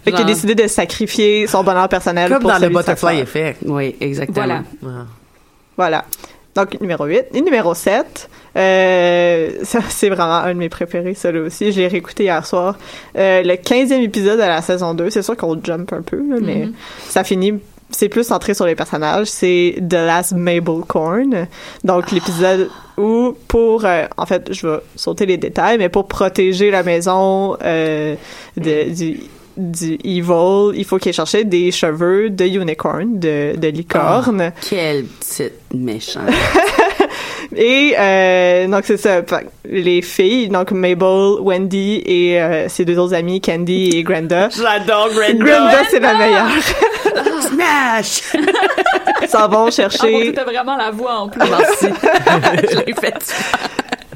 Speaker 3: Fait qu'il a
Speaker 4: Genre-
Speaker 3: décidé de sacrifier son bonheur personnel
Speaker 1: Comme
Speaker 3: pour
Speaker 1: dans le
Speaker 3: celui de sa
Speaker 1: Butterfly
Speaker 3: sœur.
Speaker 1: Effect.
Speaker 4: Oui, exactement.
Speaker 2: Voilà.
Speaker 1: Ah.
Speaker 3: Voilà. Donc, numéro 8. Et numéro 7, euh, ça, c'est vraiment un de mes préférés, celui aussi. Je l'ai réécouté hier soir. Euh, le 15e épisode de la saison 2, c'est sûr qu'on jump un peu, là, mais ça finit... C'est plus centré sur les personnages. C'est The Last Mabel Corn. Donc, l'épisode où, pour... euh, en fait, je vais sauter les détails, mais pour protéger la maison euh, de- du du evil, il faut qu'il ait cherché des cheveux de unicorn, de, de licorne.
Speaker 4: Quelle petite méchante.
Speaker 3: Et euh, donc c'est ça, Fait que les filles, donc Mabel, Wendy et euh, ses deux autres amies, Candy et Grenda.
Speaker 4: J'adore
Speaker 3: Grenda, c'est la meilleure.
Speaker 4: Smash!
Speaker 3: S'en vont
Speaker 2: Ah, bon,
Speaker 3: chercher.
Speaker 2: t'as vraiment la voix en plus.
Speaker 4: Merci. Je l'ai fait.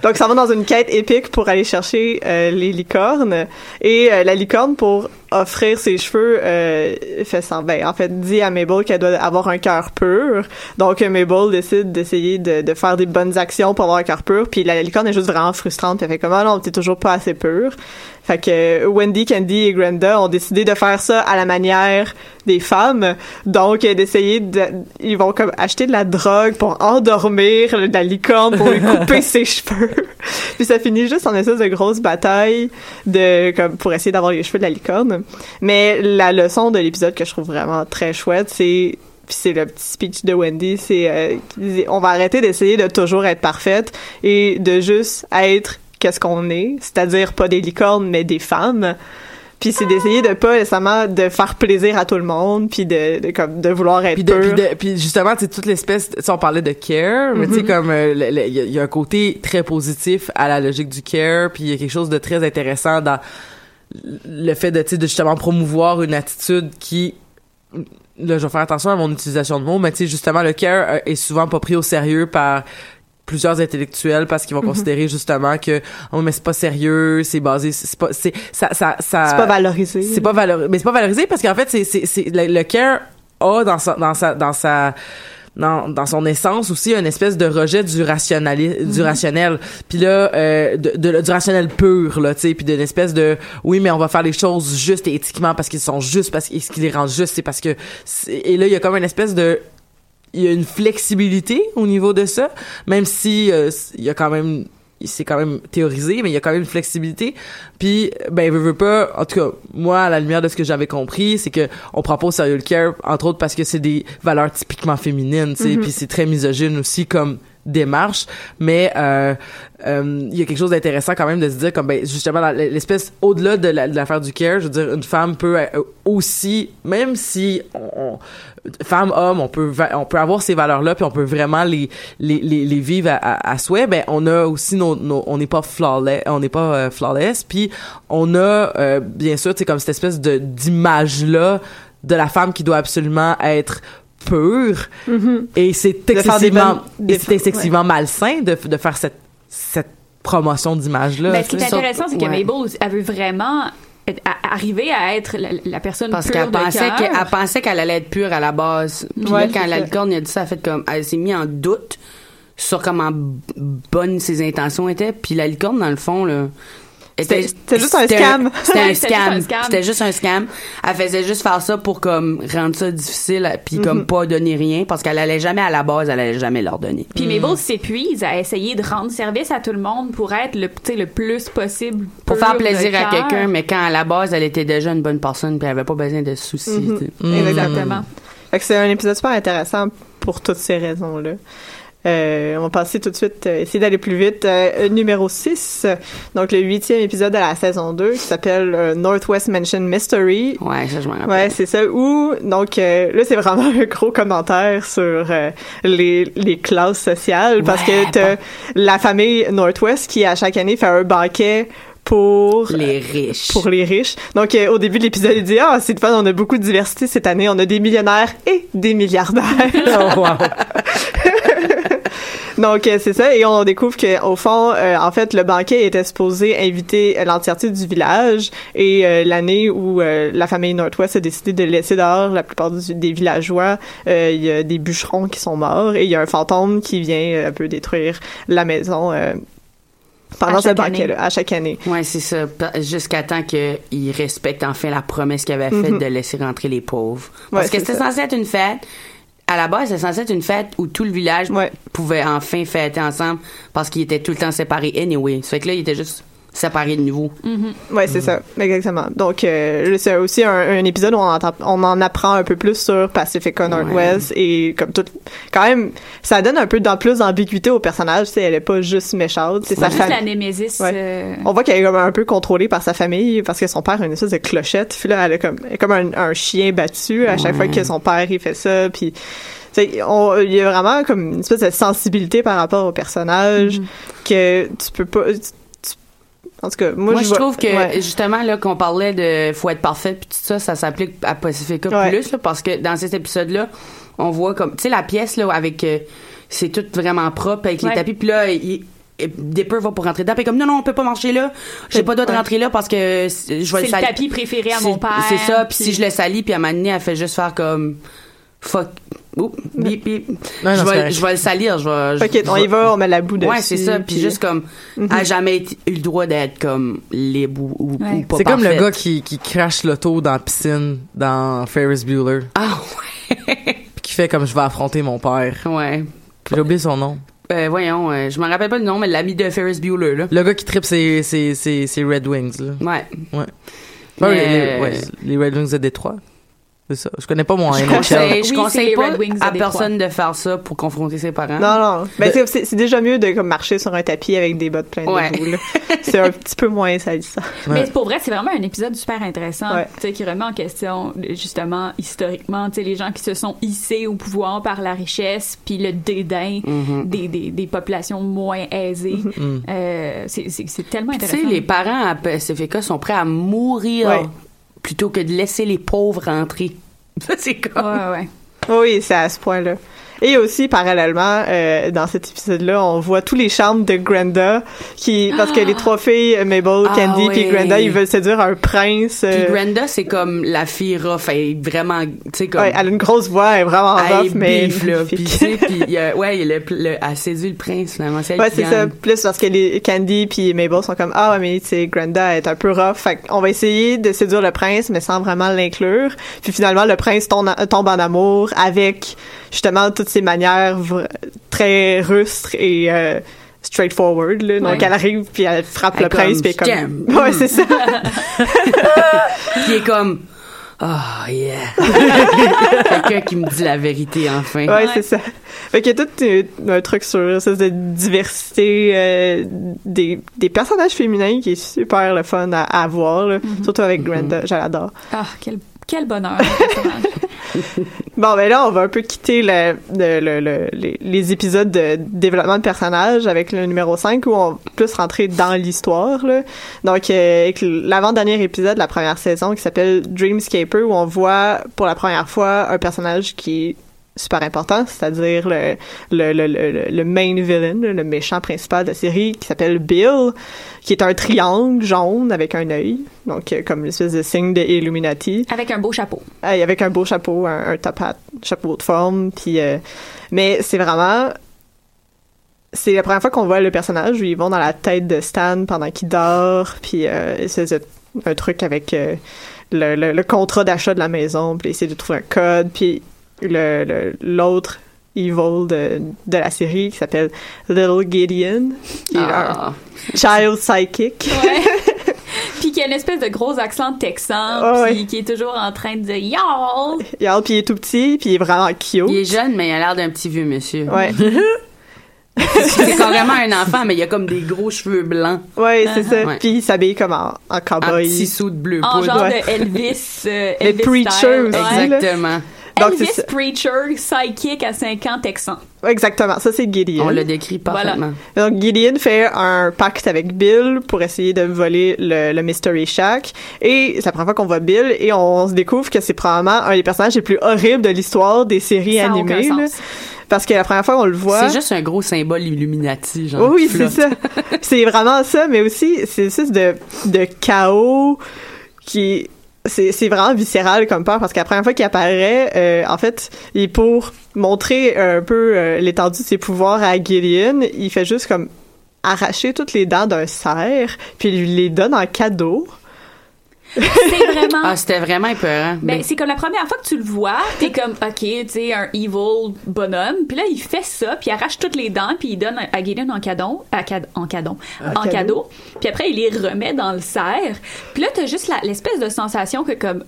Speaker 3: Donc, ils s'en vont dans une quête épique pour aller chercher euh, les licornes. Et euh, la licorne, pour offrir ses cheveux, euh, fait sans ben, en fait, dit à Mabel qu'elle doit avoir un cœur pur. Donc, euh, Mabel décide d'essayer de, de faire des bonnes actions pour avoir un cœur pur. Puis la, la licorne est juste vraiment frustrante. Puis elle fait comme, ah non, t'es toujours pas assez pur. Fait que euh, Wendy, Candy et Brenda ont décidé de faire ça à la manière des femmes. Donc, euh, d'essayer de, ils vont comme acheter de la drogue pour endormir la licorne, pour lui couper ses cheveux. Puis ça finit juste en espèce de grosse bataille de, comme, pour essayer d'avoir les cheveux de la licorne. Mais la leçon de l'épisode que je trouve vraiment très chouette, c'est puis c'est le petit speech de Wendy, c'est euh, qui disait, on va arrêter d'essayer de toujours être parfaite et de juste être qu'est-ce qu'on est, c'est-à-dire pas des licornes mais des femmes. Puis c'est d'essayer de pas nécessairement de faire plaisir à tout le monde, puis de, de comme de vouloir être
Speaker 1: Puis, de-
Speaker 3: pure.
Speaker 1: puis de- puis justement, c'est toute l'espèce, tu sais, on parlait de care, mais tu
Speaker 3: Mm-hmm.
Speaker 1: sais, comme, euh, le- le- il y, a- il y a un côté très positif à la logique du care, puis il y a quelque chose de très intéressant dans le fait de, tu sais, de justement promouvoir une attitude qui, là, je vais faire attention à mon utilisation de mots, mais tu sais, justement, le care euh, est souvent pas pris au sérieux par plusieurs intellectuels parce qu'ils
Speaker 3: Mm-hmm.
Speaker 1: vont considérer justement que oh mais c'est pas sérieux c'est basé c'est pas c'est ça ça ça
Speaker 3: C'est pas valorisé.
Speaker 1: c'est pas valorisé. Mais c'est pas valorisé parce qu'en fait, c'est, c'est, c'est- le, le care a dans sa, dans sa, dans sa, dans, dans son essence aussi une espèce de rejet du rationali- du rationnel puis là euh, de, de- du rationnel pur là tu sais puis d'une espèce de oui mais on va faire les choses juste et éthiquement parce qu'ils sont justes parce que ce qui les rend justes c'est parce que c'est- et là il y a comme une espèce de il y a une flexibilité au niveau de ça, même si euh, il y a quand même c'est quand même théorisé, mais il y a quand même une flexibilité. Puis ben veux, veux pas en tout cas moi à la lumière de ce que j'avais compris, c'est que on prend pas au sérieux le care entre autres parce que c'est des valeurs typiquement féminines, tu sais, puis c'est très misogyne aussi comme démarche, mais euh, euh, il y a quelque chose d'intéressant quand même de se dire comme ben justement dans l'espèce au-delà de la- de l'affaire du care, je veux dire une femme peut euh, aussi même si on, on- femme homme on peut va- on peut avoir ces valeurs là puis on peut vraiment les les, les, les vivre à, à, à souhait ben on a aussi nos, nos- on n'est pas flawless on n'est pas euh, flawless puis on a euh, bien sûr c'est comme cette espèce de d'image là de la femme qui doit absolument être pure et c'est
Speaker 3: De faire des
Speaker 1: excessivement
Speaker 3: bonnes- des-
Speaker 1: et c'est excessivement malsain de, de faire cette cette promotion d'image là
Speaker 2: Ben, ce qui est
Speaker 4: Surtout-
Speaker 2: intéressant, c'est que
Speaker 4: ouais.
Speaker 2: Mabel, elle veut vraiment être- à- arriver à être la, la personne
Speaker 4: Parce
Speaker 2: pure
Speaker 4: qu'elle
Speaker 2: de
Speaker 4: pensait
Speaker 2: cœur.
Speaker 4: qu'elle elle pensait qu'elle allait être pure à la base. Puis
Speaker 3: Ouais,
Speaker 4: là, quand
Speaker 3: c'est
Speaker 4: la
Speaker 3: ça.
Speaker 4: licorne a dit ça, elle a fait comme elle s'est mis en doute sur comment b- bonnes ses intentions étaient. Puis la licorne, dans le fond, là. était-
Speaker 3: C'était- c'était juste un
Speaker 4: c'était
Speaker 3: scam.
Speaker 4: C'était
Speaker 2: Ouais,
Speaker 4: un
Speaker 2: c'était juste un
Speaker 4: scam.
Speaker 2: scam.
Speaker 4: C'était juste un scam. Elle faisait juste faire ça pour comme rendre ça difficile, puis comme pas donner rien, parce qu'elle allait jamais à la base, elle allait jamais leur donner.
Speaker 2: Puis Mabel s'épuise à essayer de rendre service à tout le monde pour être le, tu sais, le plus possible.
Speaker 4: Pour
Speaker 2: pur
Speaker 4: faire
Speaker 2: de
Speaker 4: plaisir à
Speaker 2: cœur. Hmm.
Speaker 4: quelqu'un, mais quand à la base, elle était déjà une bonne personne, puis elle avait pas besoin de se soucier. tu sais.
Speaker 2: Exactement.
Speaker 3: Fait que c'est un épisode super intéressant pour toutes ces raisons-là. Euh, on va passer tout de suite, euh, essayer d'aller plus vite. Euh, numéro 6, donc le huitième épisode de la saison 2 qui s'appelle euh, Northwest Mansion Mystery.
Speaker 4: Ouais, ça, je m'en rappelle.
Speaker 3: Ouais, c'est ça. Ou donc euh, là, c'est vraiment un gros commentaire sur euh, les, les classes sociales parce
Speaker 4: Ouais,
Speaker 3: que t'as la famille Northwest qui à chaque année fait un banquet pour
Speaker 4: Les riches.
Speaker 3: pour les riches. Donc, euh, au début de l'épisode, il dit, ah, c'est le fun, on a beaucoup de diversité cette année, on a des millionnaires et des milliardaires.
Speaker 1: Oh, wow.
Speaker 3: Donc, euh, c'est ça, et on découvre qu'au fond, euh, en fait, le banquet était supposé inviter euh, l'entièreté du village, et euh, l'année où euh, la famille Northwest a décidé de laisser dehors la plupart du- des villageois, euh, il y a des bûcherons qui sont morts, et il y a un fantôme qui vient euh, un peu détruire la maison euh, pendant
Speaker 2: À
Speaker 3: ce
Speaker 2: chaque année.
Speaker 3: banquet-là, à chaque année.
Speaker 4: Ouais, c'est ça. Pa- Jusqu'à temps qu'ils respectent enfin la promesse qu'ils avaient faite de laisser rentrer les pauvres. Parce
Speaker 3: Mhm. Ouais,
Speaker 4: que
Speaker 3: c'est
Speaker 4: c'était
Speaker 3: ça.
Speaker 4: censé être une fête. À la base, c'était censé être une fête où tout le village
Speaker 3: Ouais.
Speaker 4: pouvait enfin fêter ensemble parce qu'ils étaient tout le temps séparés anyway. Ça fait que là, ils étaient juste séparés de nouveau.
Speaker 3: Ouais, c'est ça, exactement. Donc, euh, là, c'est aussi un, un épisode où on, entend- on en apprend un peu plus sur Pacifica Northwest et comme tout. Quand même, ça donne un peu d'en plus d'ambiguïté au personnage. tu sais, Elle est pas juste méchante, c'est sa
Speaker 2: Juste la
Speaker 3: famille.
Speaker 2: némésis.
Speaker 3: Ouais.
Speaker 2: euh,
Speaker 3: On voit qu'elle est comme un peu contrôlée par sa famille parce que son père a une espèce de clochette. Puis là, elle est comme, elle est comme un, un chien battu à chaque fois que son père il fait ça. Puis tu sais, on- il y a vraiment comme une espèce de sensibilité par rapport au personnage que tu peux pas. tu- tu- en tout cas, moi,
Speaker 4: Moi, je,
Speaker 3: vois-
Speaker 4: trouve que
Speaker 3: ouais.
Speaker 4: justement là qu'on parlait de faut être parfait puis tout ça, ça s'applique à Pacifica
Speaker 3: Ouais.
Speaker 4: plus là, parce que dans cet épisode là, on voit comme tu sais la pièce là avec euh, c'est tout vraiment propre avec les
Speaker 2: Ouais.
Speaker 4: tapis puis là il- et Dipper va pour rentrer dedans. Puis comme, non, non, on peut pas marcher là. J'ai pas le droit de
Speaker 3: Ouais.
Speaker 4: rentrer là parce que c- je vais le
Speaker 2: C'est le
Speaker 4: salir.
Speaker 2: tapis préféré à
Speaker 4: C'est-
Speaker 2: mon père.
Speaker 4: C'est ça. Puis si je le salis, puis à un moment donné, elle fait juste faire comme, fuck, oups, bip, bip.
Speaker 1: Non, non,
Speaker 4: je,
Speaker 1: c'est
Speaker 4: vais,
Speaker 1: correct.
Speaker 4: je vais le salir. Je vais, je-
Speaker 3: Ok, on
Speaker 4: je
Speaker 3: y
Speaker 4: vais-
Speaker 3: va, on met la boue dessus.
Speaker 4: Ouais, c'est ça. Puis juste comme,
Speaker 2: Mhm.
Speaker 4: a jamais été- eu le droit d'être comme libre ou, ou- ou
Speaker 2: Ouais.
Speaker 4: pas
Speaker 1: C'est comme le
Speaker 4: parfaite.
Speaker 1: gars qui, qui crache l'auto dans la piscine dans Ferris Bueller,
Speaker 4: Ah,
Speaker 1: puis qui fait comme je vais affronter mon père.
Speaker 4: ouais. ouais.
Speaker 1: J'ai oublié son nom.
Speaker 4: Euh, voyons, euh, je me rappelle pas le nom, mais l'ami de Ferris Bueller, là.
Speaker 1: Le gars qui tripe ses, ses, ses, ses Red Wings, là.
Speaker 4: Ouais.
Speaker 1: Ouais. Ouais,
Speaker 4: Mais-
Speaker 2: Euh.
Speaker 1: les, ouais, les Red Wings de Détroit. C'est ça. Je connais pas mon
Speaker 4: Je
Speaker 1: NHL.
Speaker 4: conseille, je
Speaker 2: Oui,
Speaker 4: conseille
Speaker 2: c'est les
Speaker 4: pas
Speaker 2: Red Wings de
Speaker 4: à
Speaker 2: Détroit.
Speaker 4: personne de faire ça pour confronter ses parents.
Speaker 3: Non, non.
Speaker 1: Le-
Speaker 3: Ben, c'est- c'est c'est déjà mieux de comme, marcher sur un tapis avec des bottes pleines
Speaker 4: Ouais.
Speaker 3: de boue. là. C'est un petit peu moins salissant.
Speaker 1: Ouais.
Speaker 2: Mais pour vrai, c'est vraiment un épisode super intéressant,
Speaker 3: Ouais.
Speaker 2: tu sais, qui remet en question justement historiquement, tu sais, les gens qui se sont hissés au pouvoir par la richesse, puis le dédain
Speaker 4: Mhm.
Speaker 2: des, des, des populations moins aisées. Euh, c'est- c'est c'est tellement
Speaker 4: Tu sais,
Speaker 2: intéressant.
Speaker 4: les parents à Pacifica sont prêts à mourir
Speaker 3: Ouais.
Speaker 4: plutôt que de laisser les pauvres rentrer. Ça, c'est comme...
Speaker 2: Ouais, ouais.
Speaker 3: Oui, c'est à ce point-là. Et aussi, parallèlement, euh, dans cet épisode-là, on voit tous les charmes de Grenda, qui, parce que les trois filles, Mabel,
Speaker 4: Ah
Speaker 3: Candy et
Speaker 4: ouais.
Speaker 3: Grenda, ils veulent séduire un prince.
Speaker 4: Puis
Speaker 3: euh,
Speaker 4: Granda, c'est comme la fille rough. Elle est vraiment, tu sais, comme...
Speaker 3: ouais, elle a une grosse voix, elle est vraiment
Speaker 4: elle
Speaker 3: rough,
Speaker 4: est
Speaker 3: mais
Speaker 4: bif, là. Puis,
Speaker 3: magnifique.
Speaker 4: tu sais, puis, il y a- ouais, il y a le- le- elle séduit le prince, finalement. C'est elle
Speaker 3: Ouais,
Speaker 4: qui
Speaker 3: c'est ça.
Speaker 4: gagne.
Speaker 3: Plus parce que les Candy puis Mabel sont comme ah ouais, mais tu sais Granda est un peu rough. Fait on va essayer de séduire le prince mais sans vraiment l'inclure. Puis finalement le prince tombe en, tombe en amour avec justement toutes ses manières vra- très rustres et euh, straightforward là. Donc
Speaker 2: Ouais.
Speaker 3: elle arrive puis elle frappe
Speaker 4: Elle
Speaker 3: le prince
Speaker 4: comme,
Speaker 3: puis elle est
Speaker 4: Je t'aime.
Speaker 3: comme ouais, c'est ça.
Speaker 4: Puis il est comme... Oh, yeah. Quelqu'un qui me dit la vérité, enfin.
Speaker 3: Ouais,
Speaker 2: Ouais.
Speaker 3: c'est ça. Fait qu'il y a tout euh, un truc sur ça, de diversité euh, des, des personnages féminins qui est super le fun à, à voir, là. surtout avec Granda, je l'adore.
Speaker 2: Ah, quel, quel bonheur. ce personnage.
Speaker 3: Bon, ben là, on va un peu quitter le, le- le- le- les, les épisodes de développement de personnages avec le numéro 5 où on peut plus rentrer dans l'histoire. là. Donc, euh, avec l'avant-dernier épisode de la première saison qui s'appelle Dreamscaper où on voit pour la première fois un personnage qui est super important, c'est-à-dire le, le, le, le, le main villain, le méchant principal de la série qui s'appelle Bill, qui est un triangle jaune avec un œil, donc euh, comme l'espèce de signe de Illuminati.
Speaker 2: Avec un beau chapeau.
Speaker 3: Hey, avec un beau chapeau, un, un top hat, chapeau de forme, puis euh, mais c'est vraiment c'est la première fois qu'on voit le personnage où ils vont dans la tête de Stan pendant qu'il dort, puis euh, c'est un- un truc avec euh, le, le- le contrat d'achat de la maison, puis essayer de trouver un code, puis le le- l'autre evil de, de la série qui s'appelle Little Gideon, qui est
Speaker 4: Ah.
Speaker 3: un child psychic.
Speaker 2: Ouais. puis qui a une espèce de gros accent texan,
Speaker 3: Ah,
Speaker 2: puis
Speaker 3: ouais.
Speaker 2: qui est toujours en train de dire y'all.
Speaker 3: Il a- puis il est tout petit, puis il est vraiment cute.
Speaker 4: Il est jeune, mais il a l'air d'un petit vieux monsieur.
Speaker 3: Ouais.
Speaker 4: C'est carrément un enfant, mais il a comme des gros cheveux blancs,
Speaker 3: Ouais, c'est ça.
Speaker 4: Uh-huh. Ouais.
Speaker 3: Puis il s'habille comme en, en
Speaker 4: un
Speaker 3: cowboy.
Speaker 4: petit sou de bleu
Speaker 2: En
Speaker 4: poudre.
Speaker 2: Ah, genre
Speaker 3: Ouais.
Speaker 2: de Elvis. euh,
Speaker 3: Mais
Speaker 2: Elvis
Speaker 3: preacher
Speaker 2: style.
Speaker 3: aussi,
Speaker 2: Ouais.
Speaker 3: là.
Speaker 4: Exactement.
Speaker 3: Donc, c'est
Speaker 2: Elvis
Speaker 3: ça.
Speaker 2: Preacher, psychic à 5 ans, texan.
Speaker 3: Exactement. Ça, c'est Gideon.
Speaker 4: On le décrit
Speaker 2: Voilà.
Speaker 4: parfaitement.
Speaker 3: Donc, Gideon fait un pacte avec Bill pour essayer de voler le, le Mystery Shack. Et c'est la première fois qu'on voit Bill et on se découvre que c'est probablement un des personnages les plus horribles de l'histoire des séries
Speaker 2: Ça a aucun
Speaker 3: animées.
Speaker 2: sens.
Speaker 3: là. Parce que la première fois qu'on le voit.
Speaker 4: C'est juste un gros symbole Illuminati, genre.
Speaker 3: Oh Oui,
Speaker 4: qui
Speaker 3: c'est
Speaker 4: flotte.
Speaker 3: ça. c'est vraiment ça, mais aussi, c'est juste de, de chaos qui. C'est c'est vraiment viscéral comme peur parce qu'à la première fois qu'il apparaît, euh, en fait, il est pour montrer un peu euh, l'étendue de ses pouvoirs à Gillian, il fait juste comme arracher toutes les dents d'un cerf, puis il lui les donne en cadeau.
Speaker 2: C'est vraiment.
Speaker 4: Ah, c'était vraiment épeurant.
Speaker 2: ben,
Speaker 4: Mais-
Speaker 2: c'est comme la première fois que tu le vois, t'es comme, ok, tu sais, un evil bonhomme. Puis là, il fait ça, puis il arrache toutes les dents, puis il donne à Gideon en cadeau, à cad- en cadeau, en
Speaker 3: cadeau.
Speaker 2: cadeau. Puis après, il les remet dans le cerf. Puis là, t'as juste la- l'espèce de sensation que comme,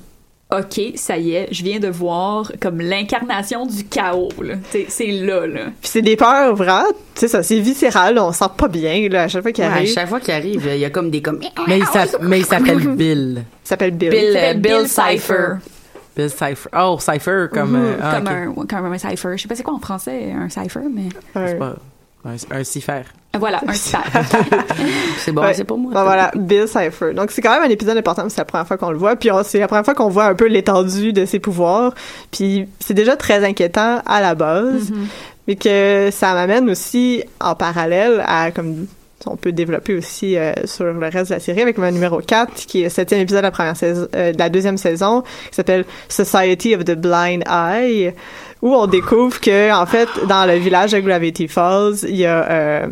Speaker 2: ok, ça y est, je viens de voir comme l'incarnation du chaos. là. Tu sais, C'est là, là.
Speaker 3: Puis c'est des peurs vraiment, tu sais ça, c'est viscéral, on sent pas bien là, à chaque fois qu'il
Speaker 4: Ouais, à
Speaker 3: arrive.
Speaker 4: chaque fois qu'il arrive, il y a comme des comme.
Speaker 1: Mais il
Speaker 2: Ah,
Speaker 1: s'appelle- mais il s'appelle Bill.
Speaker 3: Il s'appelle Bill.
Speaker 4: Bill,
Speaker 2: C'est
Speaker 4: euh, Bill Cipher.
Speaker 1: Bill Cipher. Oh, Cipher, comme. euh, ah,
Speaker 2: Mhm, comme,
Speaker 1: ok.
Speaker 2: un, comme un cipher. Je sais pas c'est quoi en français, un cipher, mais.
Speaker 3: Ouais.
Speaker 1: C'est pas- Un, un cipher.
Speaker 2: Voilà, un cipher.
Speaker 4: C'est bon,
Speaker 3: Ouais.
Speaker 4: c'est pour moi.
Speaker 3: Ben voilà, Bill Cipher. Donc c'est quand même un épisode important, parce que c'est la première fois qu'on le voit, puis on- c'est la première fois qu'on voit un peu l'étendue de ses pouvoirs, puis c'est déjà très
Speaker 4: Mm-hmm.
Speaker 3: inquiétant à la base, mais que ça m'amène aussi en parallèle à comme on peut développer aussi euh, sur le reste de la série avec mon numéro 4, qui est le septième épisode de la, première saison, euh, de la deuxième saison, qui s'appelle Society of the Blind Eye, où on découvre que, en fait, dans le village de Gravity Falls, il y a... euh,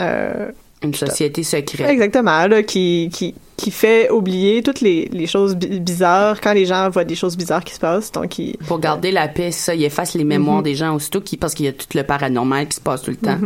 Speaker 3: euh,
Speaker 4: Une société secrète.
Speaker 3: Exactement, là, qui, qui, qui fait oublier toutes les, les choses bi- bizarres quand les gens voient des choses bizarres qui se passent. Donc, ils,
Speaker 4: Pour garder la paix, ça, il efface les
Speaker 3: Mhm.
Speaker 4: mémoires des gens aussitôt qui, parce qu'il y a tout le paranormal qui se passe tout le temps.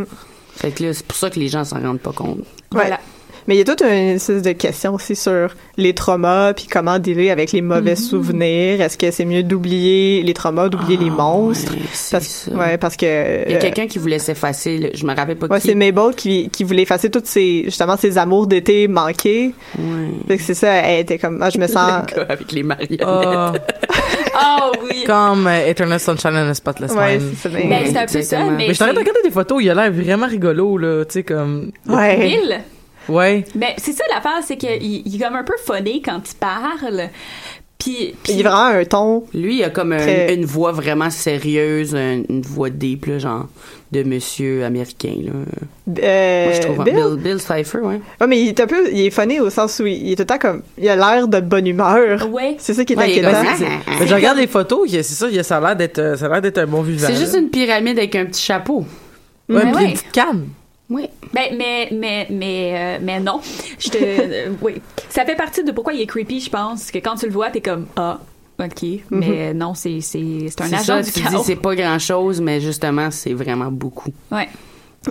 Speaker 4: Fait que là, c'est pour ça que les gens s'en rendent pas compte.
Speaker 2: Voilà.
Speaker 3: Ouais. Mais il y a toute une espèce de question aussi sur les traumas, puis comment dealer avec les mauvais
Speaker 4: Mm-hmm.
Speaker 3: souvenirs. Est-ce que c'est mieux d'oublier les traumas, d'oublier les monstres?
Speaker 4: Ah, Ouais, c'est
Speaker 3: Parce,
Speaker 4: ça.
Speaker 3: ouais, parce que...
Speaker 4: Il y a
Speaker 3: euh,
Speaker 4: quelqu'un qui voulait s'effacer, là, je me rappelle pas
Speaker 3: Ouais,
Speaker 4: qui.
Speaker 3: c'est Mabel qui, qui voulait effacer toutes ses, justement, ses amours d'été manqués.
Speaker 4: Ouais.
Speaker 3: Fait que c'est ça, elle était comme, ah, je me sens...
Speaker 4: Le gars avec les marionnettes.
Speaker 1: Ah,
Speaker 2: Oh oui!
Speaker 1: comme euh, Eternal Sunshine and the Spotless
Speaker 3: Ouais,
Speaker 1: Mind.
Speaker 3: c'est ça.
Speaker 2: Ben,
Speaker 3: mais-
Speaker 2: c'est un peu ça,
Speaker 4: Exactement.
Speaker 2: mais.
Speaker 1: Mais je t'en ai regardé des photos, il a l'air vraiment rigolo, là, tu sais, comme...
Speaker 3: Ouais.
Speaker 2: Bill,
Speaker 1: Ouais.
Speaker 2: ben, c'est ça l'affaire, c'est qu'il il est comme un peu phoné quand il parle. Puis, puis
Speaker 3: Il y a vraiment un ton...
Speaker 4: Lui, il a comme un-
Speaker 3: Très-
Speaker 4: une voix vraiment sérieuse, un- une voix deep, là, genre de monsieur américain. Là.
Speaker 3: Euh,
Speaker 4: Moi, je trouve.
Speaker 3: Bill?
Speaker 4: Bill, Bill Cipher, ouais.
Speaker 3: Ouais, mais il est un peu... Il est funny au sens où il est tout le temps comme... Il a l'air de bonne humeur.
Speaker 2: Ouais.
Speaker 3: C'est ça qui est
Speaker 4: Ouais, il est
Speaker 3: inquiétant.
Speaker 4: comme-
Speaker 1: C'est- Mais je regarde les photos, il y a- c'est ça, il y a- ça a l'air d'être, euh, ça a l'air d'être un bon visage.
Speaker 4: C'est juste une pyramide avec un petit chapeau.
Speaker 1: Ouais,
Speaker 2: Mais
Speaker 1: puis
Speaker 2: ouais.
Speaker 1: une petite canne.
Speaker 4: Oui.
Speaker 2: Ben, mais, mais, mais, euh, mais non. Je te. euh, oui. Ça fait partie de pourquoi il est creepy, je pense. Que quand tu le vois, t'es comme Ah, OK. Mais non, c'est c'est- c'est un
Speaker 4: Mhm. C'est
Speaker 2: agent
Speaker 4: ça,
Speaker 2: du
Speaker 4: tu
Speaker 2: chaos.
Speaker 4: dis, c'est pas grand chose, mais justement, c'est vraiment beaucoup.
Speaker 2: Ouais.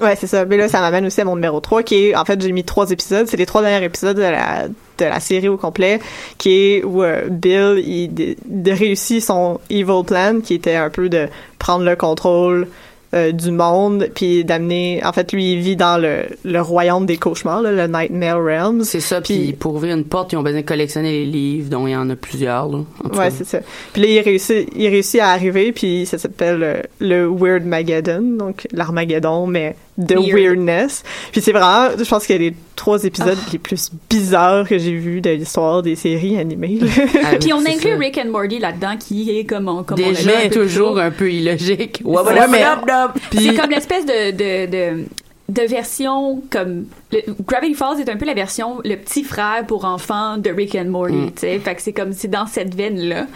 Speaker 3: Ouais, c'est ça. Mais là, ça m'amène aussi à mon numéro 3, qui est, en fait, j'ai mis trois épisodes. C'est les trois derniers épisodes de la, de la série au complet, qui est où euh, Bill, il dé- dé- réussit son evil plan, qui était un peu de prendre le contrôle euh, du monde, puis d'amener... En fait, lui, il vit dans le, le royaume des cauchemars, là, le Nightmare Realms.
Speaker 4: C'est ça,
Speaker 3: Puis-
Speaker 4: puis pour ouvrir une porte, ils ont besoin de collectionner les livres, dont il y en a plusieurs. Là. En tout
Speaker 3: Ouais,
Speaker 4: cas,
Speaker 3: c'est ça. Puis là, il réussit, il réussit à arriver, puis ça s'appelle euh, le Weird Mageddon, donc l'Armageddon, mais de
Speaker 2: Weird.
Speaker 3: weirdness. Puis c'est vraiment, je pense qu'il y a les trois épisodes
Speaker 2: Ah.
Speaker 3: les plus bizarres que j'ai vus de l'histoire des séries animées. là.
Speaker 4: ah oui,
Speaker 2: Puis on
Speaker 4: c'est
Speaker 2: inclut
Speaker 4: ça.
Speaker 2: Rick and Morty là-dedans, qui est comme on, comme on l'a dit
Speaker 4: Déjà,
Speaker 2: un peu
Speaker 4: toujours
Speaker 2: plus
Speaker 4: un peu illogique. Ah,
Speaker 1: Ouais,
Speaker 4: Wabba
Speaker 1: mais-
Speaker 4: dabba dabba.
Speaker 1: Puis-
Speaker 2: C'est comme l'espèce de, de, de, de version comme. le- Gravity Falls est un peu la version le petit frère pour enfants de Rick and Morty,
Speaker 3: Mm.
Speaker 2: tu sais. Fait que c'est comme c'est dans cette veine là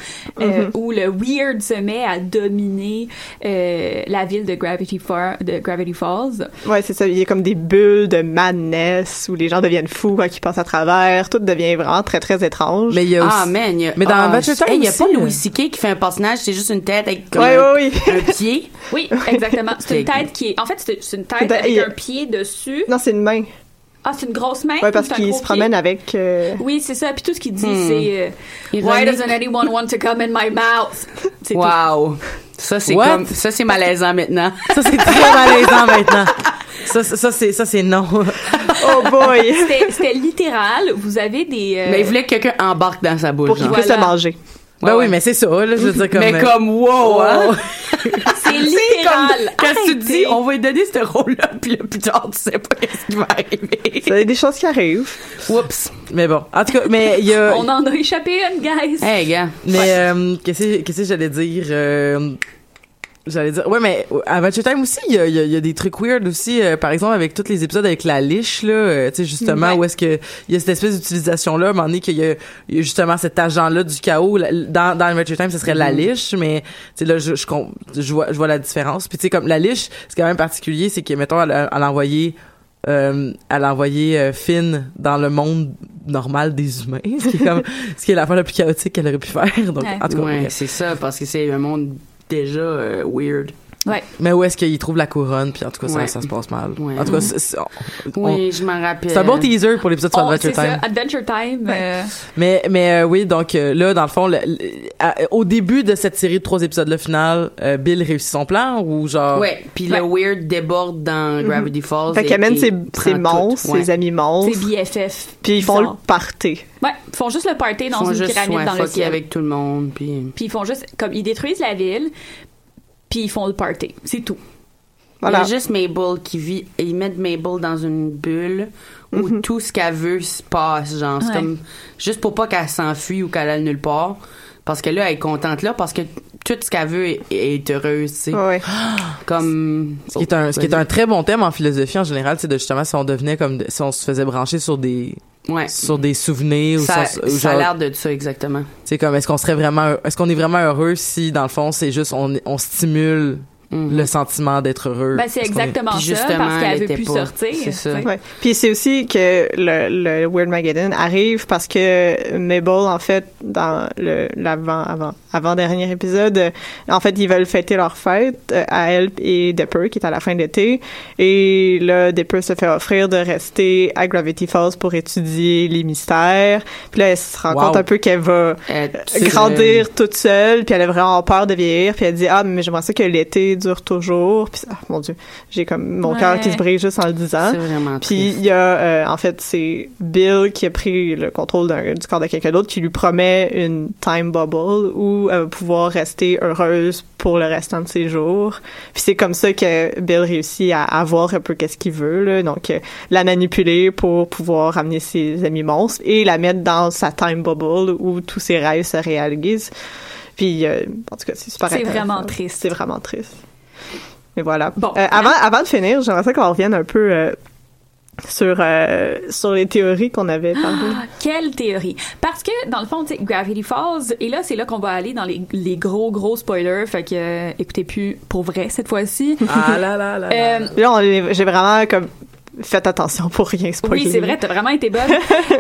Speaker 3: Mm-hmm.
Speaker 2: où le weird se met à dominer euh, la ville de Gravity, Fa- de Gravity Falls.
Speaker 3: ouais, c'est ça. Il y a comme des bulles de madness où les gens deviennent fous quand ils passent à travers. Tout devient vraiment très, très étrange.
Speaker 1: Mais il y a
Speaker 4: Ah,
Speaker 1: aussi-
Speaker 4: man, il y a,
Speaker 1: Mais dans
Speaker 4: ah,
Speaker 1: Adventure
Speaker 4: je-
Speaker 1: Time
Speaker 4: hey, il y a
Speaker 1: aussi,
Speaker 4: pas
Speaker 1: là.
Speaker 4: Louis C.K. qui fait un personnage, c'est juste une tête avec comme
Speaker 3: Ouais,
Speaker 4: un,
Speaker 3: ouais, oui.
Speaker 4: un pied.
Speaker 2: Oui, exactement. C'est une tête qui est. En fait, c'est c'est une tête
Speaker 3: Ben,
Speaker 2: avec
Speaker 3: il-
Speaker 2: un pied dessus.
Speaker 3: Non, c'est une main.
Speaker 2: Ah, c'est une grosse main.
Speaker 3: Ouais, parce
Speaker 2: ou c'est un
Speaker 3: qu'il
Speaker 2: gros
Speaker 3: se promène Hmm.
Speaker 2: pied?
Speaker 3: avec... euh,
Speaker 2: Oui, c'est ça. Puis tout ce qu'il dit, c'est euh, Why
Speaker 4: Ironique.
Speaker 2: doesn't anyone want to come in my mouth? C'est tout.
Speaker 4: Wow. Ça, c'est
Speaker 1: What? Euh,
Speaker 4: comme, ça, c'est malaisant maintenant.
Speaker 1: Ça, c'est très malaisant maintenant. Ça, ça, ça, c'est, ça, c'est non.
Speaker 3: Oh boy!
Speaker 2: C'était- C'était littéral. Vous avez des. euh,
Speaker 4: Mais il voulait que quelqu'un embarque dans sa bouche.
Speaker 3: Pour qu'il
Speaker 4: genre.
Speaker 2: voit-
Speaker 3: puisse le
Speaker 2: Voilà.
Speaker 3: manger.
Speaker 1: ben
Speaker 4: Ouais,
Speaker 1: oui,
Speaker 4: ouais.
Speaker 1: mais c'est ça, là, je veux dire, comme... euh,
Speaker 4: Mais comme, wow, hein?
Speaker 2: c'est
Speaker 4: C'est
Speaker 2: littéral.
Speaker 4: comme, qu'est-ce que tu
Speaker 2: Arrêtez.
Speaker 4: dis? On va lui donner ce rôle-là, puis là, plus tard, tu sais pas qu'est-ce qui va arriver.
Speaker 3: Il y a des choses qui arrivent.
Speaker 4: Oups.
Speaker 1: Mais bon, en tout cas, mais il y a...
Speaker 2: On en a échappé une, guys.
Speaker 4: Hey, gars.
Speaker 1: Mais euh, qu'est-ce que- qu'est-ce que j'allais dire euh, J'allais dire ouais mais euh, à Adventure Time aussi il y a, il y a- il y a des trucs weird aussi euh, par exemple avec tous les épisodes avec la liche là euh, tu sais justement
Speaker 2: Ouais.
Speaker 1: où est-ce que il y a cette espèce d'utilisation là à un moment donné qu'il y, a il y a justement cet agent là du chaos la- dans dans Adventure Time ce serait
Speaker 2: Mm-hmm.
Speaker 1: la liche mais tu sais là je je, com- je vois je vois la différence puis tu sais comme la liche c'est quand même particulier c'est que mettons à l'a- à l'envoyer euh, à l'envoyer euh, Finn dans le monde normal des humains, ce qui est comme ce qui est l'affaire la plus chaotique qu'elle aurait pu faire. Donc,
Speaker 2: Ouais.
Speaker 1: en tout cas,
Speaker 4: Ouais,
Speaker 1: bref.
Speaker 4: c'est ça, parce que c'est un monde déjà euh, weird.
Speaker 2: Ouais.
Speaker 1: mais où est-ce qu'il trouve la couronne Puis en tout cas, ça,
Speaker 4: Ouais.
Speaker 1: ça se passe mal.
Speaker 4: Ouais.
Speaker 1: En tout cas, c'est- c'est on-
Speaker 4: Oui, euh, Oh, je m'en rappelle.
Speaker 1: c'est un bon teaser pour l'épisode sur
Speaker 2: On-
Speaker 1: Adventure
Speaker 2: Oh, C'est ça,
Speaker 1: Time.
Speaker 2: Adventure Time. euh,
Speaker 1: Mais mais euh, oui, donc euh, là, dans le fond, le- le- à- au début de cette série de trois épisodes, le final, euh, Bill réussit son plan ou genre
Speaker 4: Ouais, puis le weird déborde dans
Speaker 1: Mhm.
Speaker 4: Gravity Falls.
Speaker 3: Fait
Speaker 4: et-
Speaker 3: qu'il amène
Speaker 4: et
Speaker 3: ses,
Speaker 4: prend
Speaker 3: ses
Speaker 4: tout.
Speaker 3: monstres,
Speaker 4: Ouais.
Speaker 3: ses amis
Speaker 2: C'est
Speaker 3: monstres,
Speaker 2: BFF.
Speaker 3: puis ils font le
Speaker 2: bizarre.
Speaker 3: party.
Speaker 2: Ouais, ils font juste le party
Speaker 4: Ils
Speaker 2: dans
Speaker 4: font
Speaker 2: une
Speaker 4: juste
Speaker 2: pyramide
Speaker 4: ouais,
Speaker 2: dans le
Speaker 4: fucker
Speaker 2: ciel.
Speaker 4: avec tout le monde, puis...
Speaker 2: Puis ils font juste. Comme ils détruisent la ville, puis ils font le party. C'est tout.
Speaker 3: Voilà.
Speaker 4: Il y a juste Mabel qui vit. et Ils mettent Mabel dans une bulle où
Speaker 1: Mhm.
Speaker 4: tout ce qu'elle veut se passe, genre. c'est
Speaker 2: Ouais.
Speaker 4: comme. Juste pour pas qu'elle s'enfuit ou qu'elle aille nulle part. Parce que là, elle est contente là, parce que tout ce qu'elle veut est, est heureuse, tu sais.
Speaker 3: Ouais.
Speaker 4: Comme.
Speaker 1: Ce qui est un, ce qui est un très bon thème en philosophie en général, c'est de justement si on devenait comme, si on se faisait brancher sur des,
Speaker 4: Ouais.
Speaker 1: sur des souvenirs
Speaker 4: Ça,
Speaker 1: ou, sur- ou
Speaker 4: ça a
Speaker 1: genre,
Speaker 4: l'air de ça, exactement.
Speaker 1: C'est comme est-ce qu'on serait vraiment est-ce qu'on est vraiment heureux si dans le fond c'est juste on on stimule
Speaker 4: Mhm.
Speaker 1: le sentiment d'être heureux.
Speaker 2: Ben, c'est
Speaker 1: Est-ce qu'on est-
Speaker 2: exactement
Speaker 4: Puis
Speaker 2: ça,
Speaker 4: justement,
Speaker 2: parce
Speaker 4: elle
Speaker 2: qu'elle veut
Speaker 4: était
Speaker 2: plus
Speaker 4: pas.
Speaker 2: sortir.
Speaker 4: C'est ça.
Speaker 2: tu sais.
Speaker 3: Ouais. Puis c'est aussi que le, le Weird Mageddon arrive parce que Mabel, en fait, dans le l'avant avant avant dernier épisode, euh, en fait, ils veulent fêter leur fête euh, à elle et Dipper qui est à la fin d'été et là Dipper se fait offrir de rester à Gravity Falls pour étudier les mystères. Puis là, elle se rend
Speaker 1: Wow.
Speaker 3: compte un peu qu'elle va
Speaker 4: Euh, tu-
Speaker 3: grandir toute seule, puis elle a vraiment peur de vieillir, puis elle dit ah mais j'aimerais ça que l'été dure toujours, puis ça- ah, mon dieu, j'ai comme mon cœur qui
Speaker 2: Ouais.
Speaker 3: se brise juste en le disant.
Speaker 4: C'est vraiment
Speaker 3: hein? Puis
Speaker 4: triste.
Speaker 3: il y a, euh, en fait, c'est Bill qui a pris le contrôle d'un- du corps de quelqu'un d'autre qui lui promet une time bubble où elle va pouvoir rester heureuse pour le restant de ses jours. Puis c'est comme ça que Bill réussit à avoir un peu qu'est-ce qu'il veut, là. donc euh, la manipuler pour pouvoir ramener ses amis monstres et la mettre dans sa time bubble où tous ses rêves se réalisent. Puis euh, en tout cas, c'est super
Speaker 2: C'est
Speaker 3: intéressant.
Speaker 2: vraiment triste.
Speaker 3: C'est vraiment triste. Mais voilà.
Speaker 2: Bon.
Speaker 3: Euh, avant, avant de finir, j'aimerais ça qu'on revienne un peu euh, sur, euh, sur les théories qu'on avait parlé.
Speaker 2: Ah, Quelle théorie? Parce que, dans le fond, tu sais, Gravity Falls, et là, c'est là qu'on va aller dans les, les gros, gros spoilers. Fait que, euh, écoutez plus pour vrai cette fois-ci.
Speaker 1: Ah là là là. là.
Speaker 2: Euh,
Speaker 3: Là, on est- j'ai vraiment comme fait attention pour rien spoiler.
Speaker 2: oui, c'est vrai, t'as vraiment été bonne.